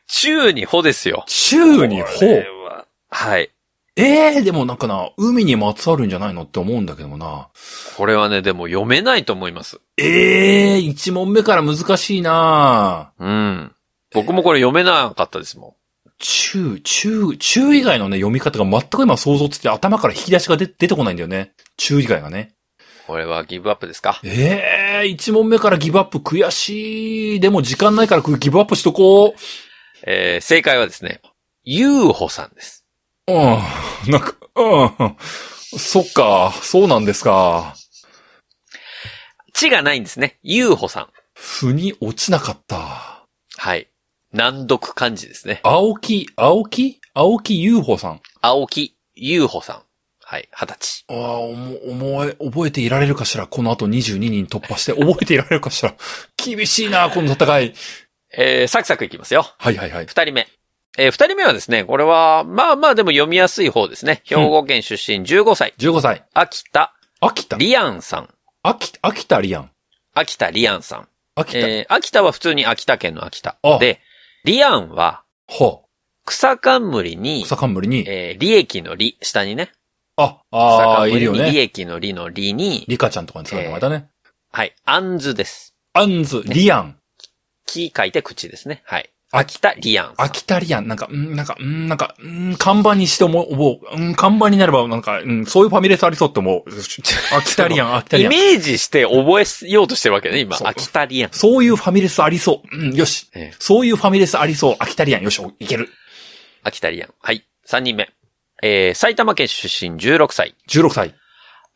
宙にほですよ。宙にこほうれ。ははい。ええでもなんかな、海にまつわるんじゃないのって思うんだけどもな。これはね、でも読めないと思います。ええ一問目から難しいなうん。僕もこれ読めなかったですも中、中、中以外のね、読み方が全く今想像ついて頭から引き出しが出出てこないんだよね。中以外がね。ん。これはギブアップですかええ一問目からギブアップ悔しい。でも時間ないからギブアップしとこえー、正解はですね、ゆうほさんです。う。うん、なんか、うん。そっか、そうなんですか。地がないんですね。ゆうほさん。腑に落ちなかった。はい。難読漢字ですね。青木、青木青木優穂さん。青木優穂さん。はい、二十歳。ああ、おも、思え、覚えていられるかしらこの後22人突破して覚えていられるかしら 厳しいな、この戦い。えー、サクサクいきますよ。はいはいはい。二人目。えー、二人目はですね、これは、まあまあでも読みやすい方ですね。兵庫県出身15歳。 15歳。秋田秋田。リアンさん。秋田、秋田リアン。秋田リアンさん。秋田。えー、秋田は普通に秋田県の秋田あ。で、リアンはほ草冠にう。、草冠に。えー、利益の利、下にね。あ、草ああ、い冠るよに利ね。益の利の利に、リカちゃんとかに使う名前だね。はい、アンズです。アンズ、リアン。木書いて口ですね。はい。秋秋田リアンさん。秋田リアン。なんか、うんなんか、うんなんか、うん看板にして思う、思う。うん看板になれば、なんか、うんそういうファミレスありそうって 思う。秋田リアン、秋田リイアン。メージして覚えようとしてるわけね、今。そう秋田リアン。そういうファミレスありそう。うん、よし。ええそういうファミレスありそう。秋田リアン。よし、おいける。秋田リアン。はい。三人目。えー、埼玉県出身16歳。 16歳。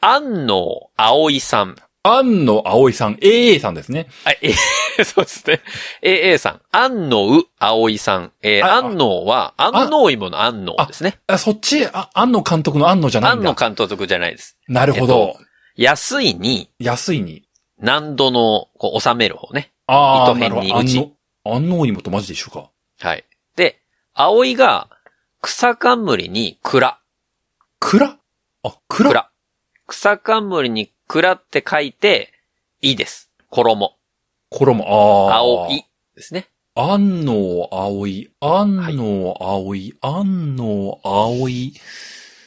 安納葵さん。安野葵さん、AA さんですね。あ、え ーそうですね。AA さん。安納葵さん。えー、ああ安納は、安納芋の安納ですね。あ、そっち、あ、安野監督の安野じゃないん安だ。納監督じゃないです。なるほど。安いに、安いに。難度の、こう、収める方ね。ああ、糸な編るにほど。安う野、安野にもとマジで一緒か。はい。で、葵が、草冠に蔵。蔵あ、蔵蔵。草冠に蔵って書いて、いいです。衣。衣、ああ。青い。ですね。安野葵、安野葵、安野葵。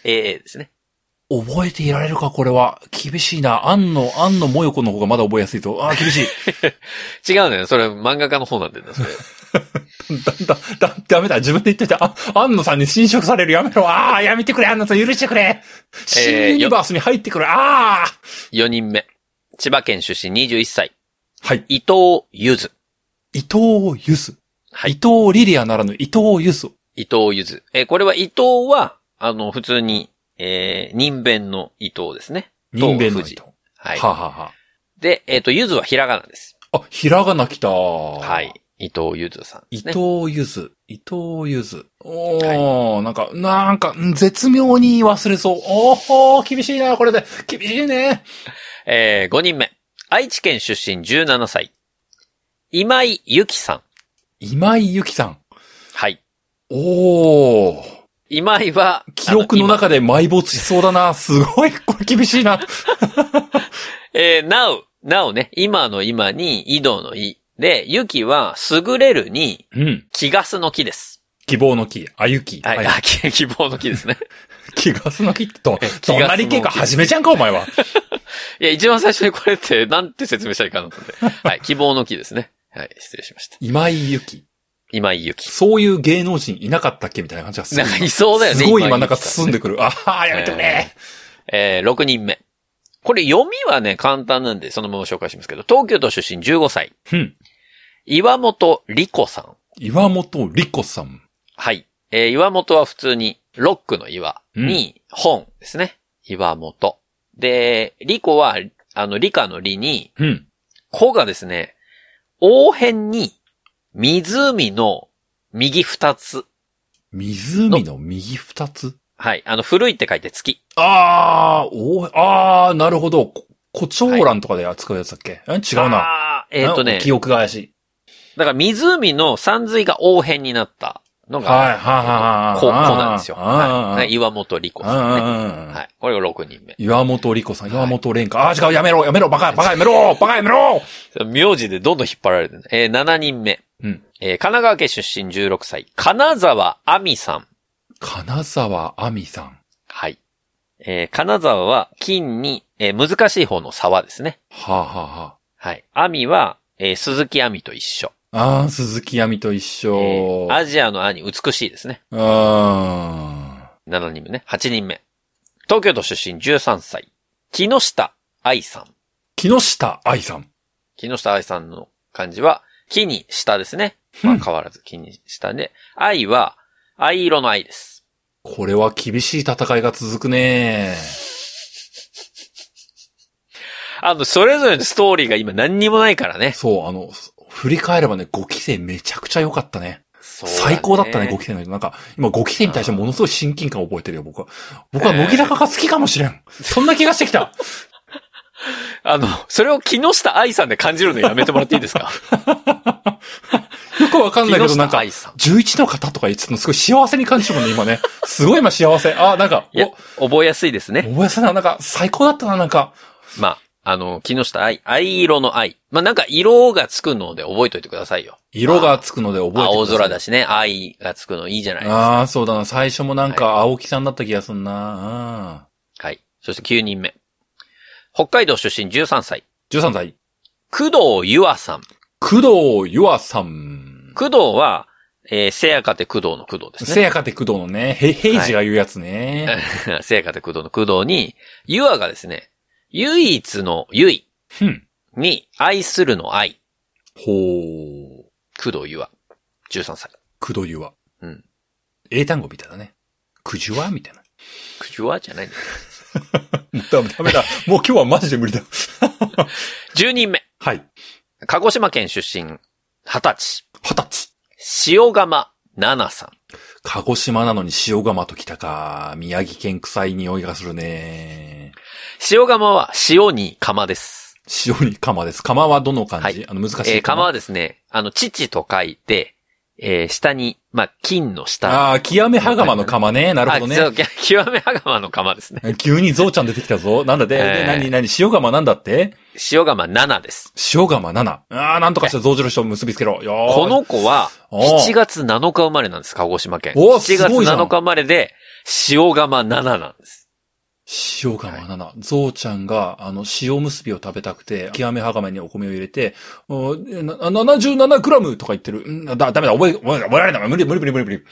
ええですね。覚えていられるか、これは。厳しいな。安野、安野もよこの方がまだ覚えやすいと。ああ、厳しい。違うのよ。それ漫画家の方なんだよな、 それ。だ、だ、だ、ダメだ。自分で言ってた。あ、安野さんに侵食される。やめろ。ああ、やめてくれ、安野さん。許してくれ。新ユニバースに入ってくれ。ああ。 4人目。千葉県出身21歳。はい。伊藤ゆず。伊藤ゆず。はい伊藤リリアならぬ伊藤ゆず。伊藤ゆず。えーこれは伊藤は、あの、普通に、えー人弁の伊藤ですね。人弁の伊藤。はい。はあはあはで、えっ、と、ゆずはひらがなです。あ。あ、ひらがなきた。ははい。。伊藤ゆずさんで伊すね。藤ゆず。伊藤ゆず。おー、なんか、なんか、うん絶妙に忘れそう。おー、厳しいな、これで。厳しいね。え5人目。愛知県出身17歳。今井ゆきさん。今井ゆきさん。はい。おー。今井は、記憶のあ中で埋没しそう だな。すごい、これ厳しいな。今えー、なお、なおね、今の今に、井戸の井。で、ゆきは、優れるに、うん。気ガスの木です。希望の木、あゆき。はい。 あ、き希望の木ですね。気がすの木ってと、気がすの木隣家か始めちゃんか、お前は。いや、一番最初にこれって、なんて説明したらいいかなと思 って。はい。希望の木ですね。はい。失礼しました。今井ゆき。今井ゆき。そういう芸能人いなかったっけみたいな感じがするなん。かいそうだよね。すごい今今井なゆんかきさ包んでくる。ああ、やめてくれ。えー、6人目。これ読みはね、簡単なんで、そのまま紹介しますけど、東京都出身15歳。うん。岩本理子さん。岩本理子さん。はい。えー、岩本は普通に、ロックの岩に、本ですね。岩本。で、理子は、あの、理科の理に、うん。子がですね、応変に、湖の右二つ。湖の右二つ。はい。あの、古いって書いて月。ああ、おああ、なるほど。こ胡蝶蘭とかで扱うやつだっけ、え違うな。な。えっ、となね、記憶が怪しい。だから湖の山水が応変になったのが、はい、はい、はい。こ、こなんですよ。あーあー、はい。あー岩本理子あさんね。ーあーはい。これが6人目。岩本理子さん、はい岩本蓮香。ああ、違う、やめろ、やめろ、バカ、バカやめろ、バカやめろ名字でどんどん引っ張られてる。えー、7人目。うんえー神奈川県出身16歳。金沢亜美さん。金沢亜美さん。はい。えー金沢は金に、えー難しい方の沢ですね。はあ、はあははい。亜美は、えー鈴木亜美と一緒。あ、ああ、鈴木亜美と一え緒。ーアジアの兄、美しいですね。うーん。 7人目ね。8人目。東京都出身13歳。木下愛さん。木下愛さん。木下愛さんの漢字は、木に下ですね。まあ、変わらず木に下で、愛は、藍色の愛です。これは厳しい戦いが続くねあの、それぞれのストーリーが今何にもないからね。そう、あの、振り返ればね、5期生めちゃくちゃ良かったね。最高だったね、5期生の人。なんか、今5期生に対してものすごい親近感を覚えてるよ、僕は。僕は乃木坂が好きかもしれん。そんな気がして きた。あの、それを木下愛さんで感じるのやめてもらっていいです かよくわかん木ないけど、な下んか、愛さん。 11の方とか言ってたのすごい幸せに感じるもんね、今ね。すごい今幸せ。あ、なんか、いや、覚えやすいですお、ね。覚えさな、なんか、最高だったな、なんか。まあ、あの、木下愛、藍色の愛。まあ、なんか色がつくので覚えといてくださいよ。色がつくので覚えてください。青空だしね、愛がつくのいいじゃないですか。ああ、そうだな。最初もなんか、青木さんだった気がすんな。はい。そして9人目。北海道出身13歳。うん13歳。工藤優愛さん。工藤ゆあさん。工藤は、えー、せやかて工藤の工藤ですせね。やかて工藤のね、へ、平治が言うやつね。 せやかて工藤の工藤に、ゆあがですね、唯一のゆいうん。に愛するの愛。ほう。工藤ゆあ。13歳。くどゆは。うん。英単語みたいだね。くじゅわみたいな。ゆあじゃないんだよ。もうダメダ メだ。もう今日はマジで無理だ。 10人目。はい。鹿児島県出身、20歳。二十歳。塩釜奈々さん。鹿児島なのに塩釜ときたか。宮城県臭い匂いがするね。塩釜は塩に釜です。塩に釜です。釜はどの漢字、はいあの難しえーい釜はですね、あの、父と書いて、えー下に、まあ、金の下。ああー、極めはがまの釜ね。なるほどあそね。う極めはがまの釜ですね。急にゾウちゃん出てきたぞ。なんだで、えで、ーなになに塩釜なんだって塩釜奈々です。塩釜7。ああ、なんとかして象印を結びつけろ。よーこ、の子は、おう7月7日生まれなんです、鹿児島県。おう7月すごいじゃん7日生まれで、塩釜7なんです。塩釜7、ゾウちゃんが、あの、塩結びを食べたくて、極めはがめにお米を入れて、おな77グラムとか言ってる。うんだ、ダメだ、覚え、覚え覚えられない。無理、無理、無理、無理、無理。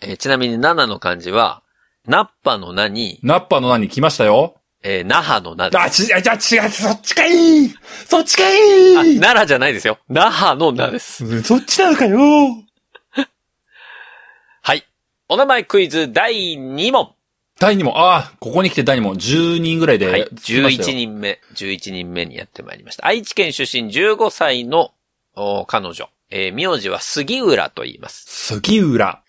えーちなみに7の漢字は、ナッパの名に、ナッパの何来ましたよ。えー那覇の名です。あ、ち、あ、じゃあ違う、そっちかいそっちかい奈良じゃないですよ。那覇の名です。そっちなのかよはい。お名前クイズ第2問。第2問、ああ、ここに来て第2問、10人ぐらいで。はい。11。人目、11人目にやってまいりました。愛知県出身15歳のお彼女。えー名字は杉浦と言います。杉浦。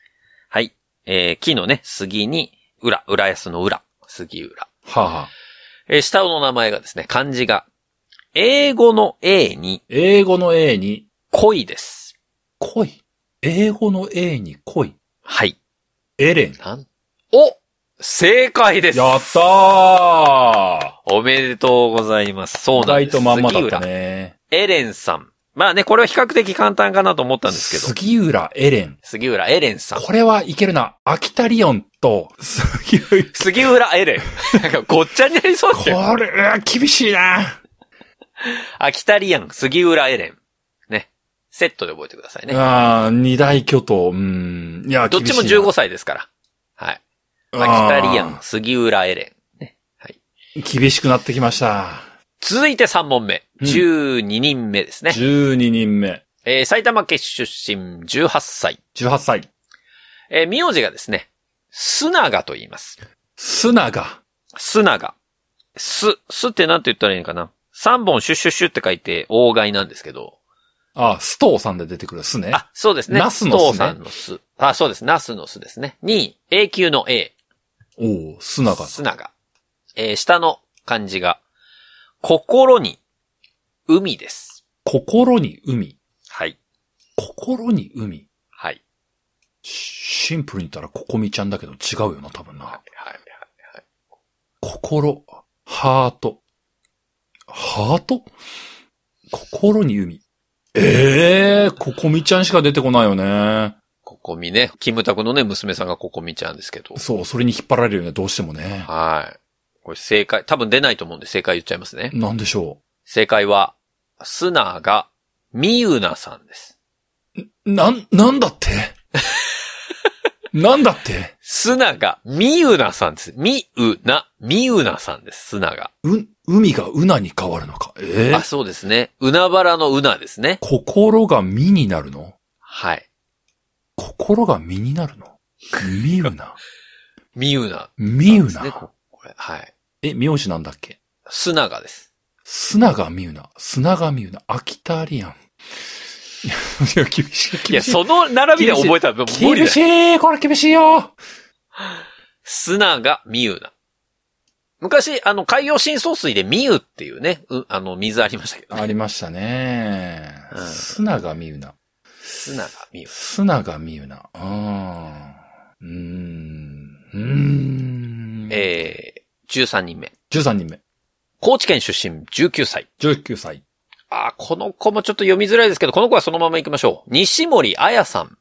はい。えー木のね、杉に、浦、浦安の浦、杉浦。はあ、はあ、えー下の名前がですね、漢字が、英語の A に英語の A に恋です。恋。英語の A に恋。はい。エレン。なんお正解ですやったーおめでとうございます。そうなん意で外す。とまんまだっ杉た浦ね。エレンさん。まあね、これは比較的簡単かなと思ったんですけど。杉浦エレン。杉浦エレンさん。これはいけるな。秋田リオンと、杉浦。杉浦エレン。 なんかごっちゃになりそうですよ。これ、うわ厳しいな。秋田リアン、杉浦エレン。ね。セットで覚えてくださいね。ああ、二大巨頭。うん。いや、どっちも厳しいな15歳ですから。はい。あー秋田リアン、杉浦エレン。厳しくなってきました。続いて3問目。うん12人目ですね。 12人目。えー埼玉県出身18歳。 18歳。えー名字がですね、須永と言います。スナガ。須永。す、すってなんて言ったらいいのかな ?3 本シュッシュッシュって書いて、大貝なんですけど。あ、ストーさんで出てくるスね。あ、そうですね。ナスの巣ね須藤さんの巣。あ、そうです。ナスの巣ですね。に、永久の A。おお、スナガ。スナガ。えー下の漢字が、心に、海です。心に海。はい。心に海。はい。シシンプルに言ったらココミちゃんだけど違うよな、多分はいな。。はい。心、ハート。ハート心に海。ええー、ココミちゃんしか出てこないよね。ここみね。キムタクのね、娘さんがここみちゃんですけど。そう、それに引っ張られるよね、どうしてもね。はい。これ正解、多分出ないと思うんで正解言っちゃいますね。なんでしょ正解は、スナガ、ミユナさんです。う。なん、なんだって なんだってスナガ、ミユナさんです。ミウナ、ミユナさんです。スナガ。う、海がうなに変わるのか。ええあ、そうですね。うなばらのうなですね。心が身になるのはい。心が身にな るのみうな。ミユナ。みうですねな。ここれ、はい。え、名字なんだっけスナガです。砂がみうな。砂がみうな。秋田リアン。いや、厳しい、いや、厳しい。その並びで覚えたらもう無理厳だしよ。いこれ厳しいよ砂がミユナ。昔、あの、海洋深層水でミユっていうね、う、あの、水ありましたけど、あね。りましたねう。ん砂がみうな。砂がミユ砂がみうな。あーうーん。うーナ。ん。えー、13人目。 13人目。高知県出身、19歳。 19歳。あーこの子もちょっと読みづらいですけど、この子はそのまま行きましょう。西森彩さん。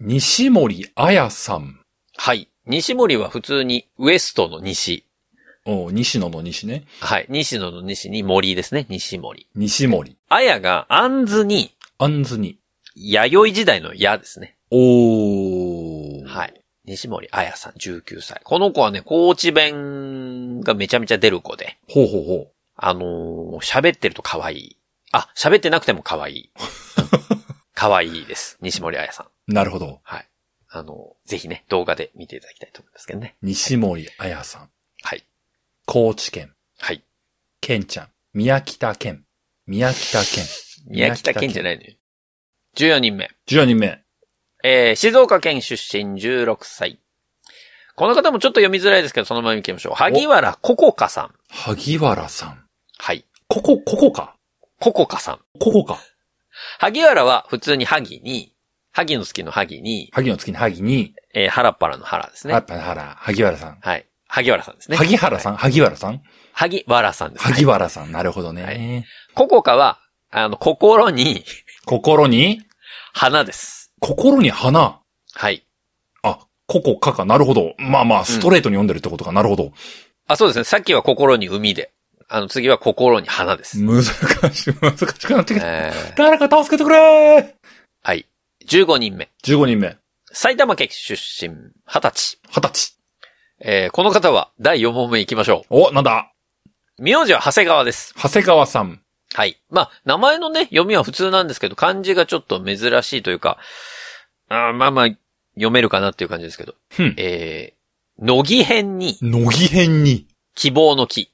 西森彩さん。はい。西森は普通に、ウエストの西。おう西野の西ね。はい。西野の西に森ですね。西森。西森。彩が、あんずに、あんずに。弥生時代の矢ですね。おー。はい。西森彩さん、19歳。この子はね、高知弁がめちゃめちゃ出る子で、ほうほうほあのー喋ってると可愛い。あ、喋ってなくても可愛い。可愛いです。西森彩さん。う。なるほど。はい。あのーぜひね、動画で見ていただきたいと思いますけどね。西森彩さん。はい。高知県。はい。県ちゃん。宮北県。宮北県。宮北県じゃないのよ。14人目。 14人目。えー、静岡県出身16歳。この方もちょっと読みづらいですけど、そのまま行きましょう。萩原ココカさん。萩原さん。はい。ここ、ここか。ココカさん。ここか。萩原は普通に萩に、萩の好きの萩に、萩の月に萩に、えー、原っぱらの原ですやねっ。ぱ原、萩原さん。はい。萩原さんですね。萩原さん、萩原さん萩原さんです、萩ね。原さん。なるほどはね。ココカは、あの、心に心に、花です。心に花。はい。あ、ここかか。なるほど。まあまあ、ストレートに読んでるってことか。なるほど。あ、そうですね。さっきは心に海で。あの、次は心に花です。難しい、 難しくなってきた。えー誰か助けてくれーはい。15人目。 !15 人目、埼玉県出身、20歳。 20歳。えーこの方は第4問目行きましょお、なんだう。名字は長谷川です。長谷川さん。はい。まあ、名前のね、読みは普通なんですけど、漢字がちょっと珍しいというか、あーまあまあ、読めるかなっていう感じですけど。うんえー、乃木編に乃木編に。希望の木。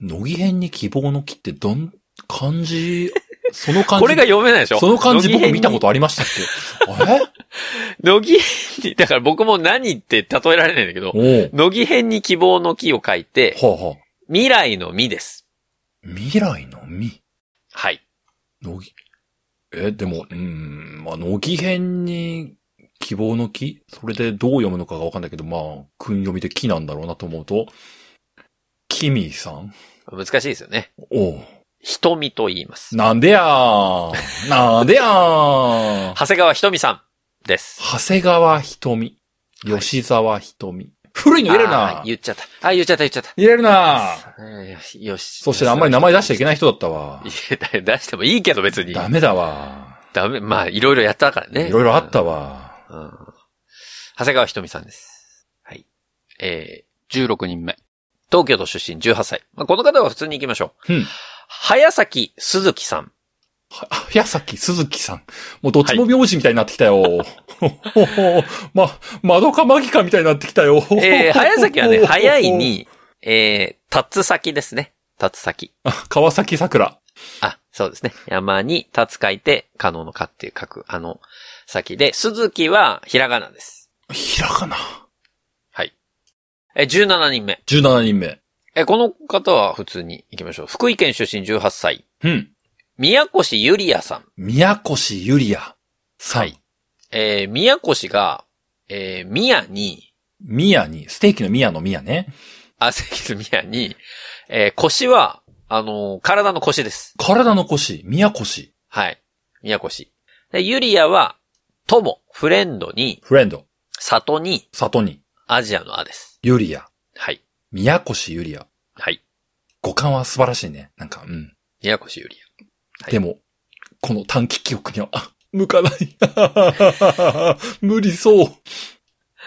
乃木編に希望の木ってどん、漢字、その漢字。これが読めないでしょその漢字僕見たとことありましたっけあれ乃木編に、だから僕も何って例えられないんだけど、おう。乃木編に希望の木を書いて、はあ、はあ、未来の実です。未来の実。はい。乃木。え、でも、うーん、まあ、乃木編に希望の木それでどう読むのかがわかんないけど、まあ、訓読みで木なんだろうなと思うと、キミさん難しいですよね。おう。瞳と言います。なんでやー。なんでやー。長谷川瞳さんです。長谷川瞳。吉沢瞳。古いの入れるなあー言っちゃった。あ、言っちゃった、言っちゃった。入れるなえーよし。そしてあんまり名前出しちゃいけけない人だったわ。ない。出してもいいけど別に。ダメだわ。ダメ。まあ、いろいろやったからね。いろいろあったわ。うん。うん長谷川ひとみさんです。はい。えー、16人目。東京都出身18歳。まあ、この方は普通に行きましょう。うん早崎鈴木さん。は、早崎鈴木さん。もうどっちも名字みたいになってきたよ。ほほほ ま、窓かマギかみたいになってきたよ。えー、早崎 はね、早いに。に、えー、立つ先ですね。立つ先。川崎桜。あ、そうですね。山に立つ書いて、可能のかっていう書く、あの、先で、鈴木はひらがなです。ひらがな。えー、17人目。 17人目。えー、この方は普通に行きましょう。福井県出身18歳。うん。宮越ゆりやさん。宮越ゆりや。さん。はいえー、宮越が、えー、宮に、宮に、ステーキの宮の宮ね。あ、関の宮に、えー、腰は、あのー体の腰です。体の腰、宮越。はい。宮越。で、ユリアは、友、フレンドに、フレンド、里に、里に、アジアのアです。ゆりや。はい。宮越ゆりや。はい。五感は素晴らしいね。なんか、うん。宮越ユリはいでも、この短期記憶には、あ、向かない。 無理そう。ア。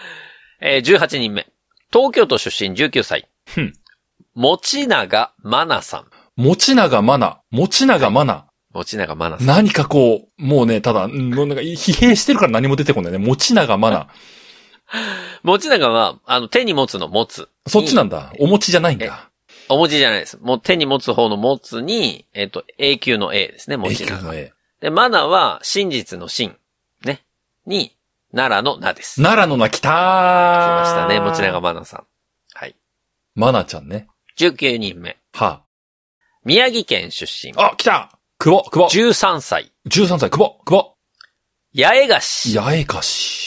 えー、18人目。東京都出身19歳。ふん。持永真奈さん。持永マナ、持永マナ。持永真奈さん。何かこう、もうね、ただ、うんなんか疲弊してるから何も出てこないね。持永マナ。持永は、あの、手に持つの持つ。そっちなんだ。お餅じゃないんだ。お持ちじゃないです。もう手に持つ方の持つに、えっ、と、永久の A ですね、持永ち久な。の絵。で、マナは真実の真、ね、に、奈良の名です。来奈良のな、来たーましたね、持永マナさん。はい。マナちゃんね。 19人目。は宮城県出身。あ。あ、来た久保、久保。 13歳。 13歳、久保、久保。八重樫。八重樫。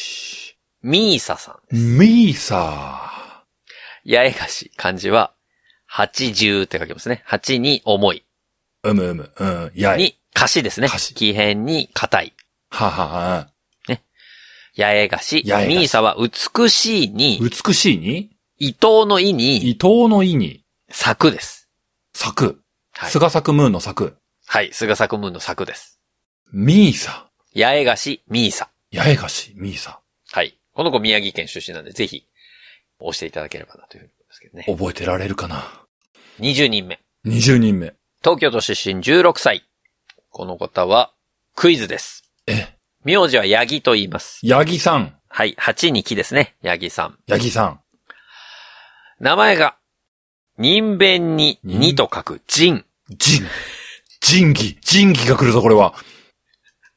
ミーサさん。ミーサ八重樫。漢字は、八十って書きますね。八に重い。ー。うむうむ、うん、八重。に、貸しですね。菓子木辺に硬い。ははは八重樫。八重樫ミーサは美しいに、美しいに、伊藤の意に、伊藤の意に、咲くです。咲く。はい菅咲くムーンの咲く。はい、菅作ムーンの作です。ミーサ。八重樫ミーサ。八重樫、ミーサ。はい。この子宮城県出身なんで、ぜひ、押していただければなというふうに思いますけどね。覚えてられるかな20人目。 ?20 人目。東京都出身16歳。この方は、クイズです。え、名字は八木と言います。八木さん。はい、8に木ですね。八木さん。八木さん。名前が、人弁に、人にと書く、人。仁。仁義。仁義が来るぞ、これは。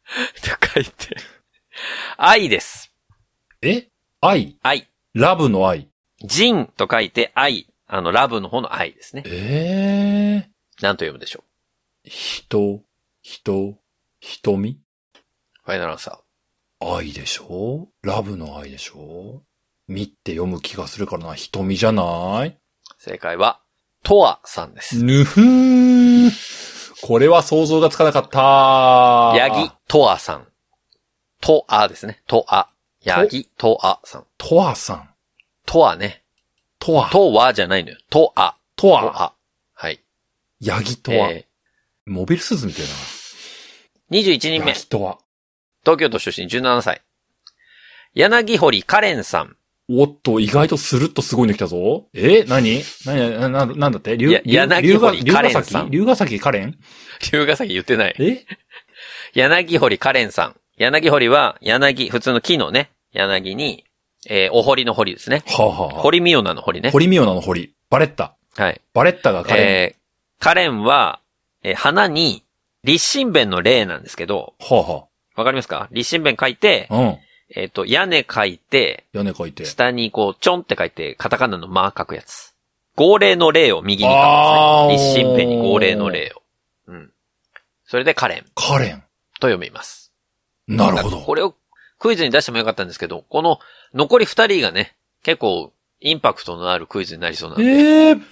と書いて。愛です。え愛。愛。ラブの愛。人と書いて、愛。あの、ラブの方の愛ですね。ええなんと読むでしょー。人、人、瞳う。ファイナルアンサー。愛でしょラブの愛でしょ見って読む気がするからな。瞳じゃない正解は、とわさんです。ぬふーん。これは想像がつかなかった。ヤギ。、とわさん。とあですね。とあ。ヤギ、とあさん。とわさん。とあね。とは、とはじゃないのよ。とあ。ととは、あ。はい。ヤギとは、えモビルスーツみたいー21人な。目ヤ。ギとは。東京都出身17歳。柳堀カレンさん。おっと、意外とスルッとすごいの来たぞ。え何何な、な、なんだっていや柳堀龍ヶカレン崎さん龍ヶ崎カレン龍ヶ崎言ってない。え柳堀カレンさん。柳堀は、柳、普通の木のね、柳に、えーお堀の堀ですね。はあ、はあはあ、堀美央奈の堀ね。堀美央奈の堀。バレッタ。はい。バレッタがカレン。えーカレンは、えー花に、立身弁の霊なんですけど、はわかりますか立身弁書いてあ、はあ。うん。えっ、と、屋根書いて、屋根書いて。下にこう、ちょんって書いて、カタカナのマー書くやつ。号令の例を右に書くんですね。あー立身弁に号令の例を。うん。それでカレンカレン。と読みます。なるほなんかこど。れをクイズに出してもよかったんですけど、この残り二人がね、結構インパクトのあるクイズになりそうなんで、ええー、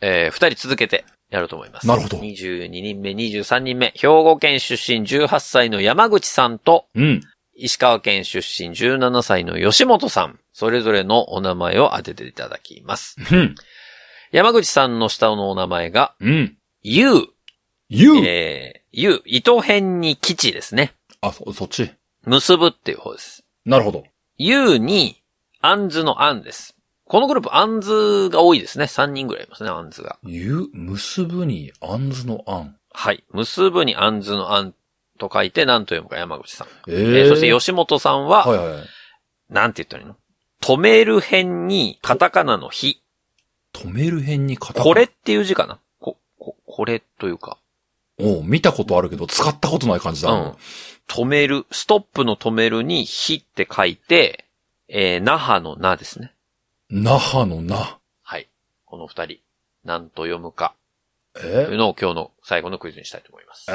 えー、二人続けてやろうと思います。なるほど22人目、23人目、兵庫県出身18歳の山口さんと、うん。石川県出身17歳の吉本さん、それぞれのお名前を当てていただきます。うん。山口さんの下のお名前が、うん。ゆう、ゆう、えー、ゆう、糸編に基地ですね。あ、そ、そっち。結ぶっていう方です。なるほど。ゆうに、あんずのあんです。このグループ、あんずが多いですね。3人ぐらいいますね、あんずが。ゆ、結ぶに、あんずのあん。はい。結ぶにあんずのあんと書いて、なんと読むか山口さん。ええーーそして吉本さんは、はいはいはい。なんて言ったらいいの止める辺に、カタカナの日。止める辺に片これっていう字かなこ、こ、これというか。おう見たことあるけど、使ったことない感じうだ。ん。止める、ストップの止めるに、火って書いて、えー、那覇の那ですね。那覇のな。はい。この二人、なんと読むか、といえうのを今日の最後のクイズにしたいと思いますええ。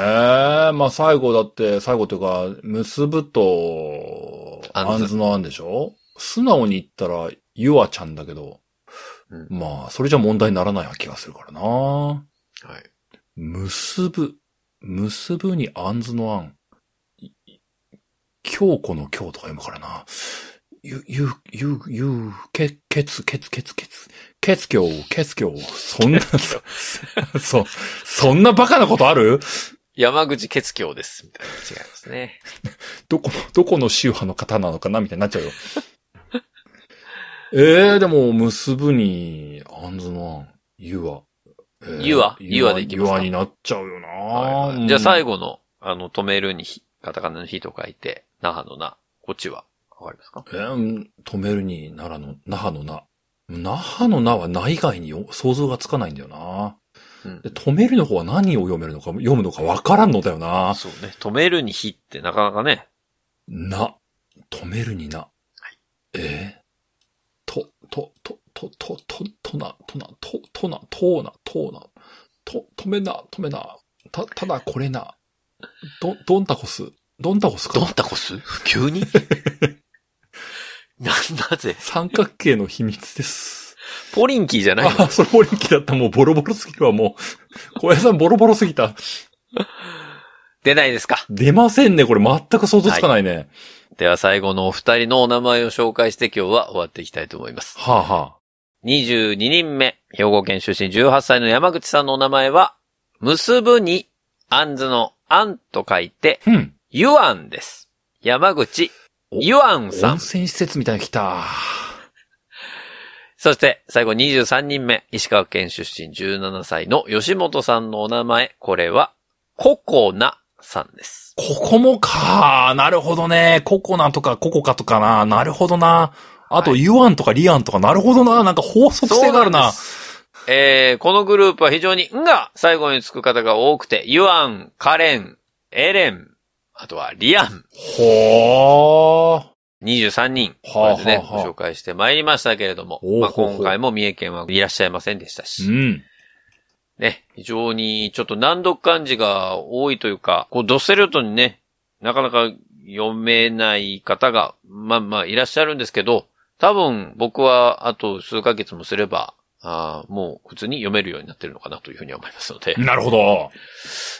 まあ最後だって、最後というか、結ぶと、あんずあんずのあんでしょ素直に言ったら、ゆあちゃんだけど、うんまあ、それじゃ問題にならない気がするからな。はい。結ぶ、結ぶにあんずのあん。い京子の京とか読むからな。ゆ、ゆ、ゆ、ゆ、け、けつ、けつ、けつ、けつ、けつきょう、けつきょう。そんな、そ、そんなバカなことある山口血教です。みたいな。違いますね。どこの、どこの宗派の方なのかなみたいになっちゃうよ。ええでも、結ぶに、あんずのあん、ゆわ。えーゆわゆわでいきますゆかわになっちゃうよな、はいはいじゃあ最後。後の、あの、止めるに火、カタカナの火と書いて、那覇の那。こっちは、わかりますかえーうん止めるに、奈良の、那覇のな。那覇のなはな以外によ想像がつかないんだよな。うんで、。止めるの方は何を読めるのか、読むのかわからんのだよな。そうね。止めるに火ってなかなかね、な、止めるにな。えーと、と、と、と、と、と、とな、とな、と、とな、とな、とな、と、止めな、止めな、た、ただこれな、ど、どんたこす、どんたこすドンか。タコス急に な、なぜ三角形の秘密です。ポリンキーじゃないのあ、それボリンキだった。もうボロボロすぎるわ、もう。 小屋さんボロボロすぎた。出ないですか出ませんね、これ全く想像つかないね。では最後のお二人のお名前を紹介して今日は終わっていきたいと思います。はあ、は22人目、兵庫県出身18歳の山口さんのお名前は、結ぶに、あんずのあんと書いて、あ。うん。ゆあんです。山口、おゆあんさ温ん。泉施設みたいに来た。そして、最後23人目、石川県出身17歳の吉本さんのお名前、これは、ココナさんです。ここもか。なるほどね。ココナとかココカとかな。なるほどな。あと、はユアンとかリアンとか、なるほどな。なんか法則性があるそうなんな。ですえー、このグループは非常に、んが最後につく方が多くて、ユアン、カレン、エレン、あとはリアン、ほー。 23人、こはれあでね、はあはあご紹介してまいりましたけれどもお、うまあ、ほうほう今回も三重県はいらっしゃいませんでしたうし、ん。ね、非常にちょっと難読漢字が多いというか、こう、ドストレートにね、なかなか読めない方が、まあまあいらっしゃるんですけど、多分僕はあと数ヶ月もすれば、あーもう普通に読めるようになってるのかなというふうに思いますので、なるほど。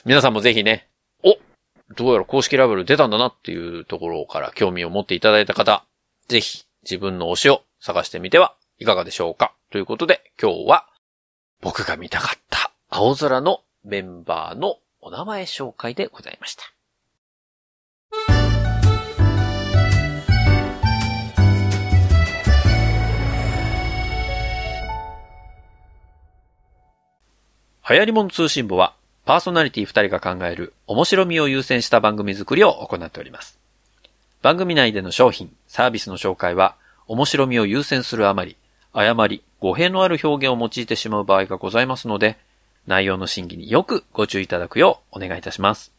皆さんもぜひね、おどうやら公式ラベル出たんだなっていうところから興味を持っていただいた方、ぜひ自分の推しを探してみてはいかがでしょうか。ということで、今日は、僕が見たかった青空のメンバーのお名前紹介でございました。流行り物通信部は、パーソナリティ2人が考える面白みを優先した番組作りを行っております。番組内での商品、サービスの紹介は、面白みを優先するあまり、誤り、語弊のある表現を用いてしまう場合がございますので、内容の審議によくご注意いただくようお願いいたします。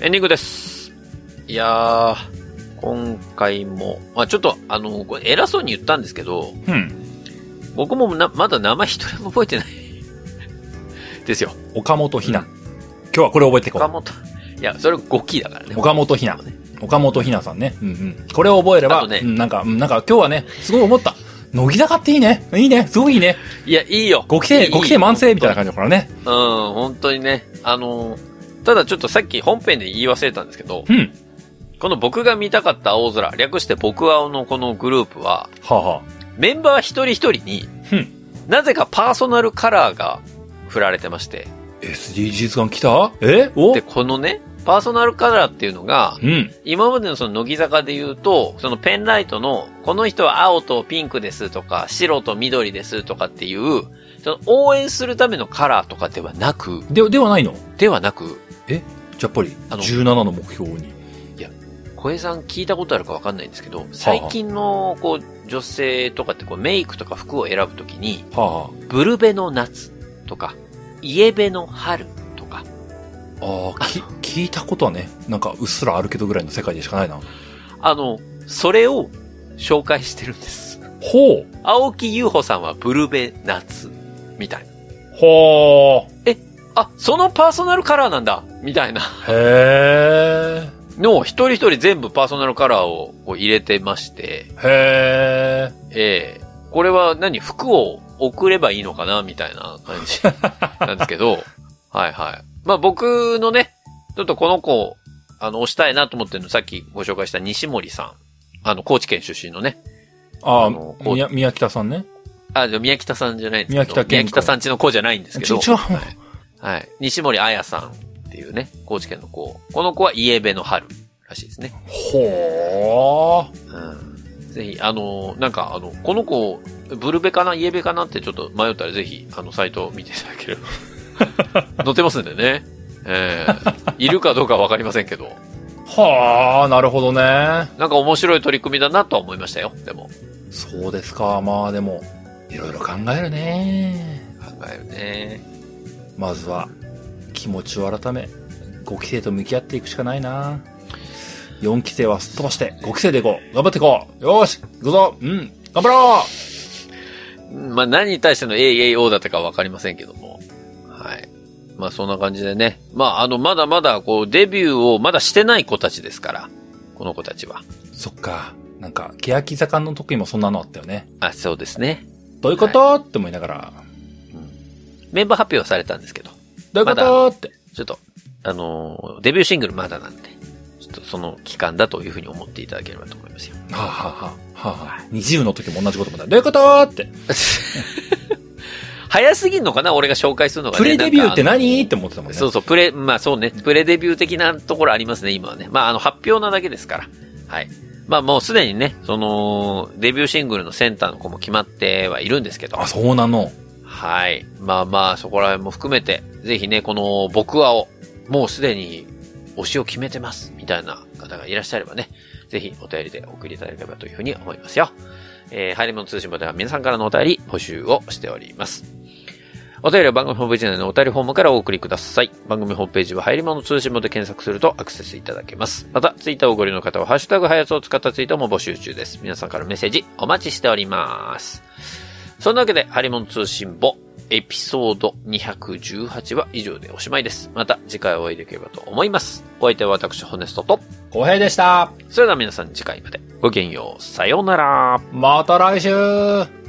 エンディングです。いやー、今回も、まあちょっと、あの、これ偉そうに言ったんですけど、うん。僕もな、まだ名前一人も覚えてない。 ですよ。岡本ひな。今日はこれ覚えていこ岡う。本。いや、それ5期だからね。岡本ひなね。岡本ひなさんね。うんうん。これを覚えれあば、とねうんなんか、うんなんか今日はね、すごい思った。乃木坂っていいね。いいね。すごいいいね。いや、いいよ。ご期生、いいご期生満盛みたいな感じだからね。うん、本当にね。あの、ただちょっとさっき本編で言い忘れたんですけど、うん。この僕が見たかった青空、略して僕青のこのグループは、はあ、はメンバー一人一人にうん、なぜかパーソナルカラーが振られてまして、あ、SDGs 感来たえおで、このね、パーソナルカラーっていうのが、うん。今までのその乃木坂で言うと、そのペンライトの、この人は青とピンクですとか、白と緑ですとかっていう、その応援するためのカラーとかではなく、で、ではないのではなく、じゃあやっぱり、あの17の目標に。小江さん聞いたことあるかわかんないんですけど、最近のこう女性とかってこうメイクとか服を選ぶときに、はあ、はブルベの夏とか、イエベの春とか、あ、ああ、き、聞いたことはね、なんかうっすらあるけどぐらいの世界でしかないな。あの、それを紹介してるんです。ほう。青木優穂さんはブルベ夏みたいな。ほあ、そのパーソナルカラーなんだみたいなう。へのを一人一人全部パーソナルカラーをこう入れてまして、え。へえ。ええこれは何服を送ればいいのかなみたいな感 じなんですけど、はいはい。まあ僕のね、ちょっとこの子を、あの、押したいなと思ってるの、さっきご紹介した西森さん。あの、高知県出身のね。あああ、のこう宮、宮北さんね。あ、でも宮北さんじゃないんですけど。宮北健宮北さんちの子じゃないんですけちどょ、。ちょ、はい。西森彩さんっていうね、高知県の子。この子はイエベの春らしいですね。ほう。うんぜひ、あのーなんか、あの、この子、ブルベかなイエベかなってちょっと迷ったら、ぜひ、あの、サイトを見ていただけれ ば。載ってますんでね。えーいるかどうかはわかりませんけど。はあ、なるほどね。なんか面白い取り組みだなとは思いましたよ。でも、そうですか。まあでも、いろいろ考えるね。考えるね。まずは、気持ちを改め、5期生と向き合っていくしかないな。4期生はすっ飛ばして、5期生でいこう。頑張っていこう。よーし、行くぞ。うん。頑張ろまあ、何に対しての AAO だったかはわかりませんけども。はい。まあ、そんな感じでね。まあ、あの、まだまだ、こう、デビューをまだしてない子たちですから。この子たちは。うそっか。なんか、欅坂の時もそんなのあったよね。あ、そうですね。どういうこと、って思いながら、メンバー発表はされたんですけど。どういうこと、って。ちょっと、あのーデビューシングルまだなんで、ちょっとその期間だというふうに思っていただければと思いますよ。はあ、はあはあ、はあはあ、20の時も同じこともだ。どういうことって。早すぎんのかな俺が紹介するのが、ね。プレデビューって何なんっかて思ってたもあんのね。そうそう、プレ、まあそうね、プレデビュー的なところありますね、今はね。まああの、発表なだけですから。はい。まあもうすでにね、その、デビューシングルのセンターの子も決まってはいるんですけど。あ、そうなの。はい。まあまあ、そこら辺も含めて、ぜひね、この僕はを、もうすでに推しを決めてます、みたいな方がいらっしゃればね、ぜひお便りでお送りいただければというふうに思いますよ。えー、入り物通信簿では皆さんからのお便り募集をしております。お便りは番組ホームページ内のお便りフォームからお送りください。番組ホームページは入り物通信簿で検索するとアクセスいただけます。また、ツイッターをご利用の方は、ハッシュタグハヤツを使ったツイートも募集中です。皆さんからのメッセージお待ちしております。そんなわけで、ハリモン通信簿、エピソード218は以上でおしまいです。また次回お会いできればと思います。お相手は私、ホネストと。公平でした。それでは皆さん次回まで。ごきげんよう。さようなら。また来週